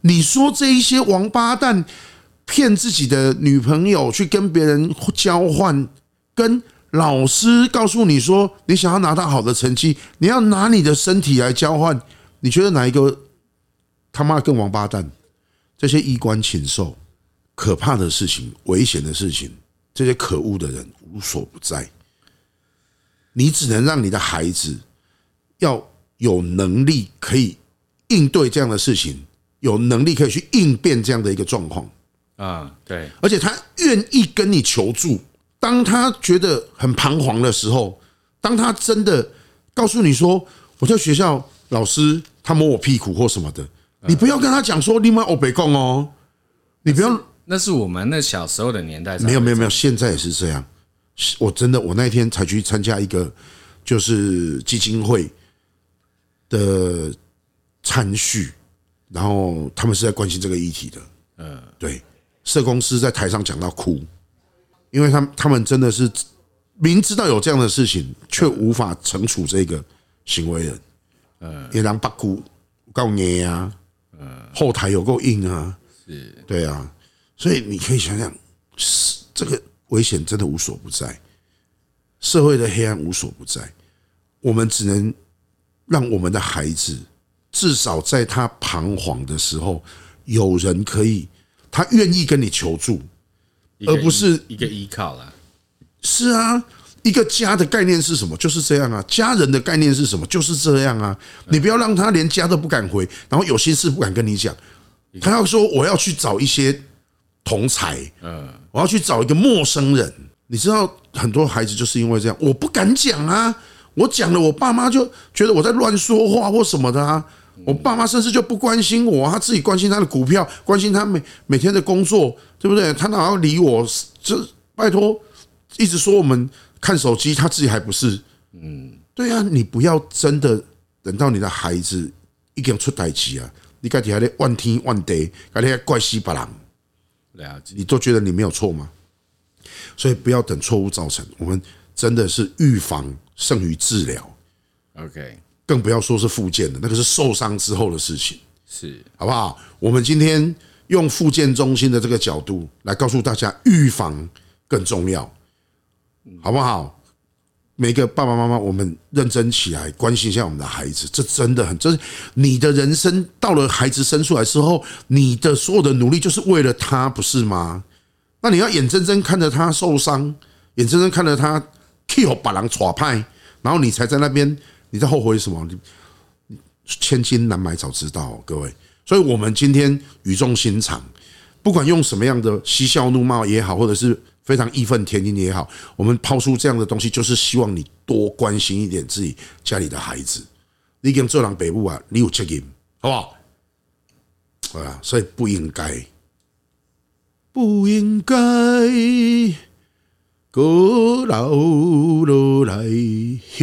[SPEAKER 1] 你说这一些王八蛋骗自己的女朋友去跟别人交换，跟老师告诉你说你想要拿到好的成绩，你要拿你的身体来交换，你觉得哪一个他妈更王八蛋？这些衣冠禽兽、可怕的事情、危险的事情，这些可恶的人无所不在。你只能让你的孩子要有能力可以应对这样的事情，有能力可以去应变这样的一个状况，
[SPEAKER 2] 啊，对，
[SPEAKER 1] 而且他愿意跟你求助。当他觉得很彷徨的时候，当他真的告诉你说我在学校老师他摸我屁股或什么的，你不要跟他讲说另外欧北共哦，你不要
[SPEAKER 2] 那是我们那小时候的年代，
[SPEAKER 1] 没有没有没有，现在也是这样。是我真的，我那一天才去参加一个就是基金会的参叙，然后他们是在关心这个议题的。嗯，对，社公司在台上讲到哭，因为他们他们真的是明知道有这样的事情，却无法惩处这个行为人。嗯，也让八股告捏啊，嗯，后台有够硬啊，是，对啊，所以你可以想想，这个危险真的无所不在，社会的黑暗无所不在，我们只能让我们的孩子至少在他彷徨的时候，有人可以，他愿意跟你求助。
[SPEAKER 2] 一个依，
[SPEAKER 1] 而不是
[SPEAKER 2] 一个依靠啦，
[SPEAKER 1] 是啊，一个家的概念是什么？就是这样啊。家人的概念是什么？就是这样啊。你不要让他连家都不敢回，然后有心事不敢跟你讲，他要说我要去找一些同才，
[SPEAKER 2] 嗯，
[SPEAKER 1] 我要去找一个陌生人。你知道很多孩子就是因为这样，我不敢讲啊，我讲了，我爸妈就觉得我在乱说话或什么的啊。我爸妈甚至就不关心我啊，他自己关心他的股票，关心他每每天的工作，对不对？他哪要理我？这拜托，一直说我们看手机，他自己还不是，嗯，对啊，你不要真的等到你的孩子已经出代志啊，你家己还在怨天怨地，还在怪西巴人，
[SPEAKER 2] 了解
[SPEAKER 1] 你都觉得你没有错吗？所以不要等错误造成，我们真的是预防胜于治疗，
[SPEAKER 2] ，OK，
[SPEAKER 1] 更不要说是复健的，那个是受伤之后的事情。
[SPEAKER 2] 是
[SPEAKER 1] 好不好？我们今天用复健中心的这个角度来告诉大家，预防更重要，好不好？每个爸爸妈妈，我们认真起来，关心一下我们的孩子，这真的很，这是你的人生到了孩子生出来之后，你的所有的努力就是为了他，不是吗？那你要眼睁睁看着他受伤，眼睁睁看着他 kill 把狼耍派，然后你才在那边，你在后悔什么？你你千金难买早知道、各位。所以我们今天语重心长，不管用什么样的嬉笑怒骂也好，或者是非常义愤填膺也好，我们抛出这样的东西，就是希望你多关心一点自己家里的孩子。你跟做人北部啊，你有责任，好不好？对啊，所以不应该，不应该，过流落来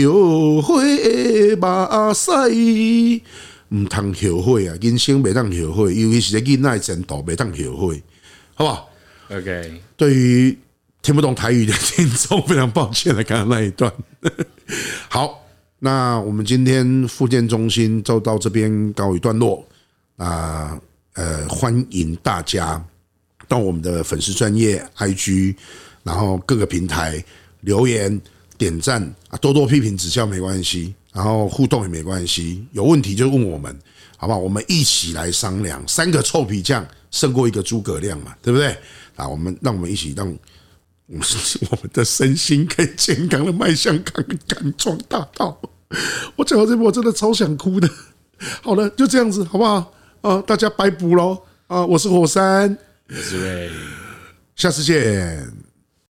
[SPEAKER 1] 后悔的目屎。毋通后悔啊！人生袂当后悔，尤其是这囡仔的前途袂当后悔，好不好？
[SPEAKER 2] OK，
[SPEAKER 1] 对于听不懂台语的听众，非常抱歉了，刚刚那一段。好，那我们今天复健中心就到这边告 (laughs) 一段落。那呃，欢迎大家到我们的粉丝专业 IG，然后各个平台留言、点赞啊，多多批评指教没关系，然后互动也没关系，有问题就问我们，好不好？我们一起来商量，三个臭皮匠胜过一个诸葛亮嘛，对不对？啊，我们让我们一起让。 (laughs) 我们我们的身心可以健康的迈向康康庄大道。我讲到这边，我真的超想哭的。好了，就这样子，好不好？啊，大家拜拜喽！啊，我是火山，
[SPEAKER 2] 我是 Ray。
[SPEAKER 1] 下次见。